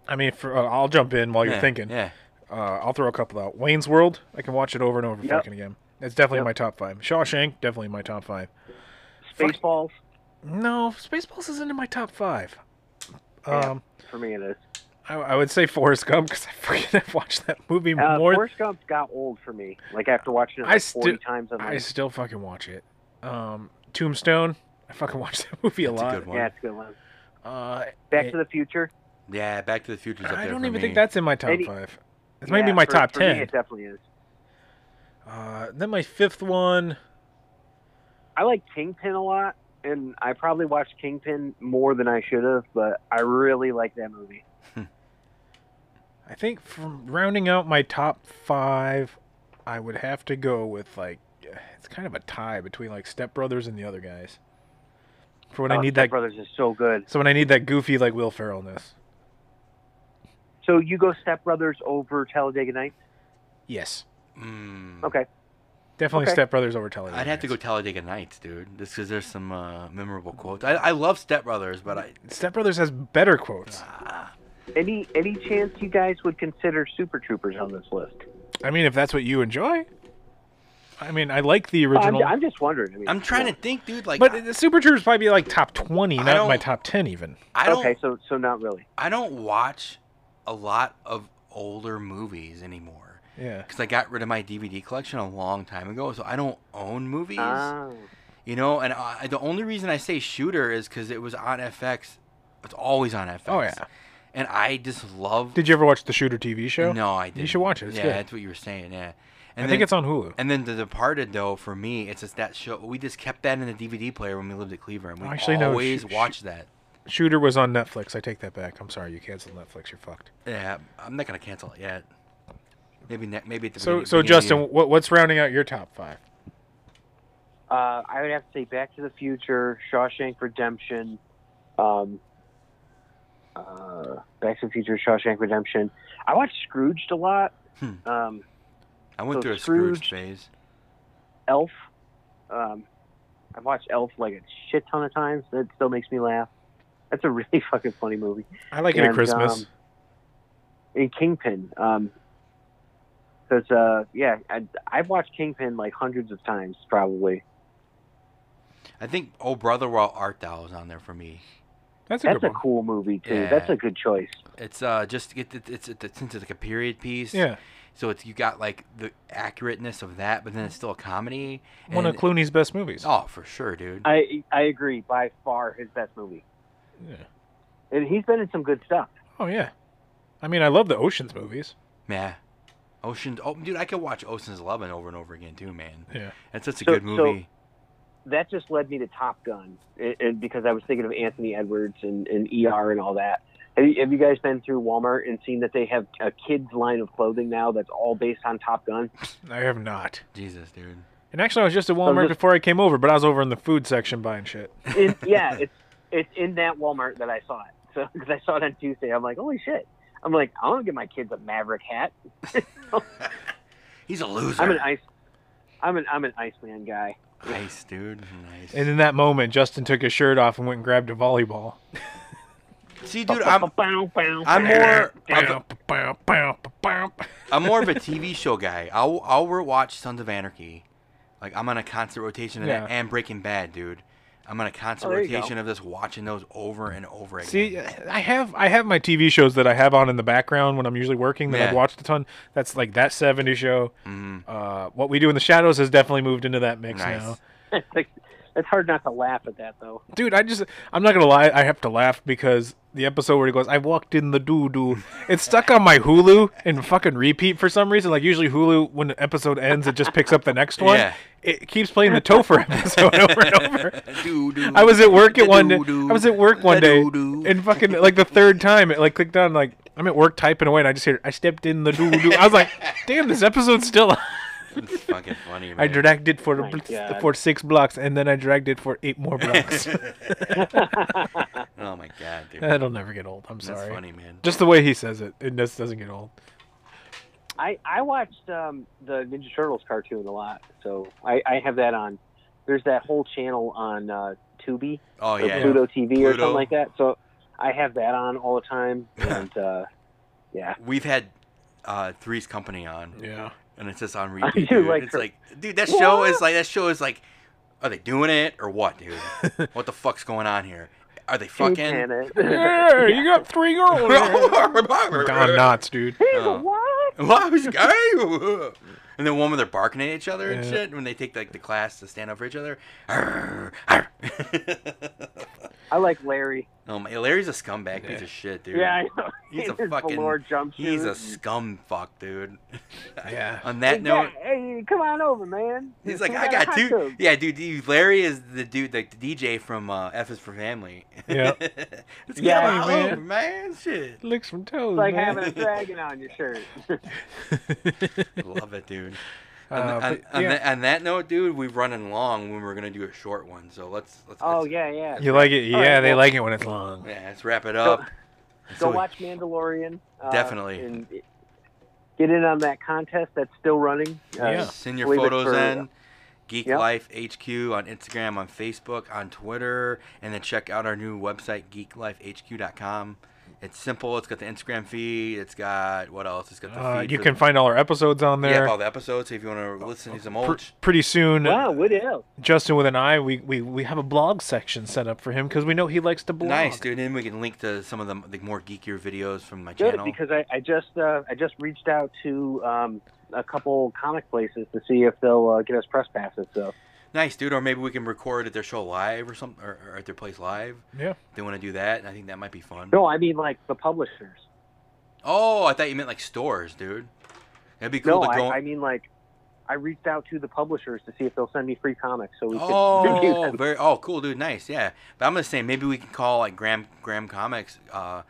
A: I mean, for, uh, I'll jump in while
B: Yeah,
A: you're thinking.
B: Yeah.
A: Uh, I'll throw a couple out. Wayne's World. I can watch it over and over
C: Yep.
A: fucking again. It's definitely
C: Yep.
A: my top five. Shawshank definitely my top five.
C: Spaceballs
A: No, Spaceballs isn't in my top five.
C: Yeah.
A: Um,
C: for me it is.
A: I, I would say Forrest Gump because I freaking have watched that movie
C: Uh,
A: more.
C: Forrest Gump got old for me. Like after watching it
A: I
C: like
A: sti-
C: forty times, I'm
A: I
C: like,
A: still fucking watch it. Um, Tombstone, I fucking watch that movie a
B: That's a
A: lot.
B: good one.
C: yeah, it's a good one.
A: Uh,
C: Back
A: it-
C: to the Future.
B: Yeah, Back to the Future's up
A: I
B: there
A: don't
B: for
A: even
B: me.
A: think that's in my top
C: Any-
A: five. It might be
C: Yeah,
A: my
C: for-
A: top
C: for me,
A: ten.
C: it definitely is.
A: Uh, then my fifth one.
C: I like Kingpin a lot, and I probably watched Kingpin more than I should have, but I really like that movie.
A: I think from rounding out my top five, I would have to go with like it's kind of a tie between like Step Brothers and the other guys. For when I
C: Oh,
A: need
C: Step
A: that,
C: Brothers is so good.
A: so when I need that goofy like Will Ferrellness.
C: So you go Step Brothers over Talladega Nights?
A: Yes,
B: Mm.
C: Okay.
A: definitely
C: Okay.
A: Step Brothers over Television.
B: I'd have to go Talladega Nights, dude. Just because there's some uh, memorable quotes. I, I love Step Brothers, but I
A: Step Brothers has better quotes.
B: Ah.
C: Any any chance you guys would consider Super Troopers on this list?
A: I mean, if that's what you enjoy, I mean, I like the
C: I'm,
A: original,
C: I'm just wondering. I mean,
B: I'm trying
C: yeah.
B: to think, dude. Like,
A: but the Super Troopers probably like top twenty, not
B: don't-
A: my top ten even.
B: I don't,
C: Okay, so so not really.
B: I don't watch a lot of older movies anymore
A: Yeah,
B: because I got rid of my DVD collection a long time ago, so I don't own movies.
C: Ah,
B: You know, and I, the only reason I say shooter is because it was on FX. It's always on FX.
A: Oh, yeah.
B: And I just love.
A: Did you ever watch the Shooter TV show?
B: No, I did.
A: You should watch it. It's
B: yeah,
A: good.
B: that's what you were saying. Yeah.
A: I
B: And
A: think it's on Hulu.
B: And then The Departed, though, for me, it's just that show. We just kept that in the DVD player when we lived at Cleveland. We
A: Actually, no,
B: always
A: sh- sh-
B: watched that.
A: Shooter was on Netflix. I take that back. I'm sorry, you canceled Netflix. You're fucked.
B: Yeah, I'm not gonna cancel it yet. Maybe ne- maybe at the
A: So,
B: begin-
A: so
B: beginning of the
A: Justin,
B: year.
A: what, what's rounding out your top five?
C: uh, I would have to say Back to the Future, Shawshank Redemption, um, uh, Back to the Future, Shawshank Redemption. I watched Scrooged a lot.
B: Hmm.
C: Um,
B: I went
C: so
B: through a Scrooge,
C: Scrooge-
B: phase.
C: Elf. Um, I've watched Elf like a shit ton of times. That still makes me laugh. That's a really fucking funny movie.
A: I like it at
C: And,
A: Christmas.
C: um, in Kingpin. Um 'cause uh, yeah, I, I've watched Kingpin like hundreds of times, probably.
B: I think Oh Brother Where Art Thou is on there for me.
A: that's a
C: That's
A: good
C: a
A: one.
C: cool movie too.
B: Yeah.
C: That's a good choice.
B: It's uh just it, it, it's it's it's into like a period piece.
A: yeah,
B: So it's you got like the accurateness of that, but then it's still a comedy.
A: one of
B: and-
A: Clooney's best movies.
B: Oh, for sure, dude.
C: I I agree. By far his best movie,
A: Yeah.
C: and he's been in some good stuff.
A: Oh yeah, I mean, I love the Ocean's movies.
B: yeah. Ocean's oh dude, I could watch Ocean's Eleven over and over again too, man.
A: Yeah.
B: That's such a
C: So-
B: good
C: so-
B: movie.
C: That just led me to Top Gun, it, it- because I was thinking of Anthony Edwards and, and ER and all that. Have you, have you guys been through Walmart and seen that they have a kids line of clothing now that's all based on Top Gun?
A: I have not.
B: Jesus, dude.
A: And actually, I was just at Walmart
C: just-
A: before I came over, but I was over in the food section buying shit.
C: it, yeah, it's it's in that Walmart that I saw it. So because I saw it on Tuesday, I'm like, holy shit! I'm like, I want to get my kids a Maverick hat.
B: He's a loser.
C: I'm an ice, I'm an I'm an Iceman guy.
B: nice, dude. Nice.
A: And in that moment, Justin took his shirt off and went and grabbed a volleyball.
B: See, dude, I'm I'm
C: I'm
B: more of a-
A: That's
B: I'm more of a TV show guy. I'll I'll rewatch Sons of Anarchy. Like I'm on a constant rotation of that
A: Yeah.
B: and Breaking Bad, dude. I'm on a constant
C: Oh, there you go.
B: rotation of just watching those over and over again.
A: See, uh, I have I have my TV shows that I have on in the background when I'm usually working that I've
B: Yeah.
A: watched a ton. That's like that 70s show.
B: Mhm.
A: Uh, what we do in the shadows has definitely moved into that mix
B: Nice.
A: now.
C: It's hard not to laugh at that though.
A: dude i just i'm not gonna lie i have to laugh because the episode where he goes i walked in the doo-doo it's stuck on my hulu and fucking repeat for some reason like usually hulu when an episode ends it just picks up the next one
B: Yeah.
A: it keeps playing the topher episode over and over
B: Doo-doo.
A: i was at work at one day
B: Doo-doo.
A: i was at work one day
B: Doo-doo.
A: and fucking like the third time it like clicked on like i'm at work typing away and i just hear i stepped in the doo-doo i was like damn this episode's still on
B: It's fucking funny, man.
A: i dragged it for
C: Oh My God.
A: for six blocks and then i dragged it for eight more blocks
B: oh my god, dude.
A: that'll never get old i'm sorry
B: That's funny, man.
A: Just the way he says it, it just doesn't get old.
C: I I watched um, the Ninja Turtles cartoon a lot, so I, I have that on. There's that whole channel on uh, Tubi
B: Oh
C: or
B: yeah.
C: Pluto TV
B: Pluto.
C: or something like that. So I have that on all the time, and uh, yeah.
B: We've had uh Three's Company on
A: Yeah.
B: and it's just on repeat.
C: do
B: Dude.
C: like
B: it's
C: her-
B: like dude, that show
C: What?
B: is like that show is like are they doing it or what, dude? what the fuck's going on here? Are they fucking
C: Titanic.
A: Yeah, you got three girls. Don Knotts, dude.
C: He's a
B: Oh.
C: what?
B: Why was guy? And then one where they're barking at each other and
A: Yeah.
B: shit when they take like the class to stand up for each other. Arr, arr.
C: I like Larry.
B: oh my, Larry's a scumbag piece of shit, dude.
C: Yeah, I know.
B: he's a
C: His
B: fucking
C: velour jumpsuit.
B: he's a scum fuck, dude.
A: Yeah.
B: On that
C: Hey,
B: note,
C: Jack, hey, come on over, man.
B: he's like,
C: We
B: I
C: a
B: got
C: hot
B: two.
C: tub.
B: Yeah, dude, dude, Larry is the dude, like the DJ from uh, F is for Family.
A: Yeah.
B: Let's
C: Yeah,
B: get him out,
A: man.
B: over, man. Shit,
A: Licks from toes.
C: It's like
A: man.
C: having a dragon on your shirt.
B: love it, dude. On,
A: Uh,
B: on,
A: but
B: on,
A: yeah.
B: that- on that note, dude, we're running long when we're gonna do a short one. So let's let's.
C: oh
B: let's-
C: yeah, yeah.
A: You like it? Yeah,
C: All right,
A: they
C: well-
A: like it when it's long.
B: Yeah, let's wrap it up.
C: Go
B: So-
C: watch Mandalorian. uh,
B: Definitely.
C: And get in on that contest that's still running. Uh,
A: Yeah.
B: Send your
C: Leave it
B: photos
C: for-
B: in. Geek
C: Yep.
B: Life HQ on Instagram, on Facebook, on Twitter, and then check out our new website, geeklifehq.com. It's simple. It's got the Instagram feed. It's got what else? It's got the
A: Uh,
B: feed.
A: you
B: for
A: can
B: the,
A: find all our episodes on
B: yeah,
A: there.
B: all the episodes. So if you want
C: Oh,
B: to listen to some old,
A: Pr- pretty soon,
C: Wow, Oh, what else?
A: Justin with an eye, we, we, we have a blog section set up for him because we know he likes to blog.
B: nice dude. And then we can link to some of the, the more geekier videos from my
C: Good
B: channel.
C: because I, I just uh, I just reached out to um, a couple comic places to see if they'll uh, get us press passes. So
B: nice dude. Or maybe we can record at their show live or something, or, or at their place live.
A: Yeah.
B: They want to do that, and I think that might be fun.
C: no, I mean like the publishers.
B: Oh, I thought you meant like stores, dude. That'd be cool
C: no,
B: to go.
C: I, I mean like I reached out to the publishers to see if they'll send me free comics so we could review
B: Oh,
C: them.
B: very oh, cool, dude. Nice, yeah. But I'm gonna say maybe we can call like Graham Graham Comics, uh,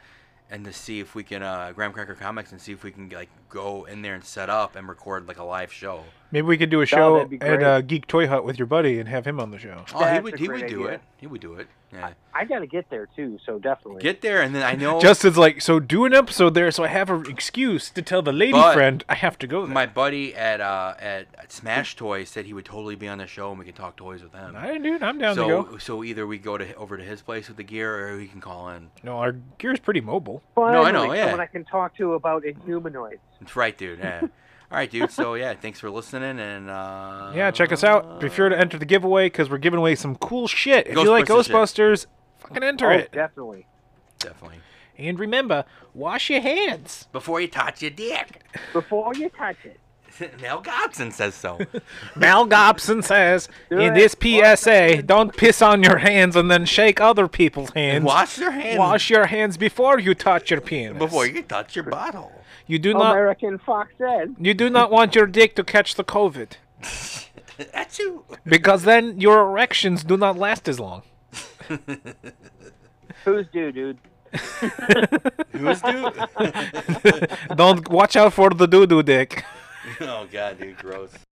B: and to see if we can uh Graham Cracker Comics and see if we can like go in there and set up and record like a live show.
A: Maybe we could do a show
C: that'd be
A: at
C: great.
A: uh, Geek Toy Hut with your buddy and have him on the show.
B: Oh, he
C: That's
B: would
C: a
B: he
C: great
B: would do
C: idea.
B: it. He would do it. Yeah.
C: I got to get there too, so definitely.
B: Get there, and then I know
A: Justin's like, so do an episode there, so I have an excuse to tell the lady
B: But-
A: friend I have to go there.
B: my buddy at uh at at Smash Toys said he would totally be on the show and we could talk toys with him.
A: I, dude, I'm down to go.
B: So so either we go to over to his place with the gear, or he can call in.
A: No, our gear's pretty mobile.
B: No, I know,
C: Finally,
B: yeah.
C: Someone I can talk to about inhumanoids.
B: That's right, dude. Yeah. All right, dude. So yeah, thanks for listening, and uh,
A: Yeah, check us out. Be sure to enter the giveaway because we're giving away some cool shit. If you like
B: Ghostbusters shit.
A: Ghostbusters, fucking enter
C: Oh,
A: it.
C: definitely.
B: Definitely.
A: And remember, wash your hands.
B: Before you touch your dick.
C: Before you touch it.
B: Mel Gibson says so.
A: Mal Gobson says
C: Do
A: in this
C: it.
A: PSA, don't piss on your hands and then shake other people's hands.
B: Wash your hands
A: Wash your hands before you touch your penis.
B: before you touch your bottle.
A: you
C: Oh,
A: do not
C: American Fox said.
A: you do not want your dick to catch the COVID
B: That's you.
A: because then your erections do not last as long.
C: Who's due, dude?
B: Who's dude?
A: Don't watch out for the doo doo dick.
B: oh god, dude, gross.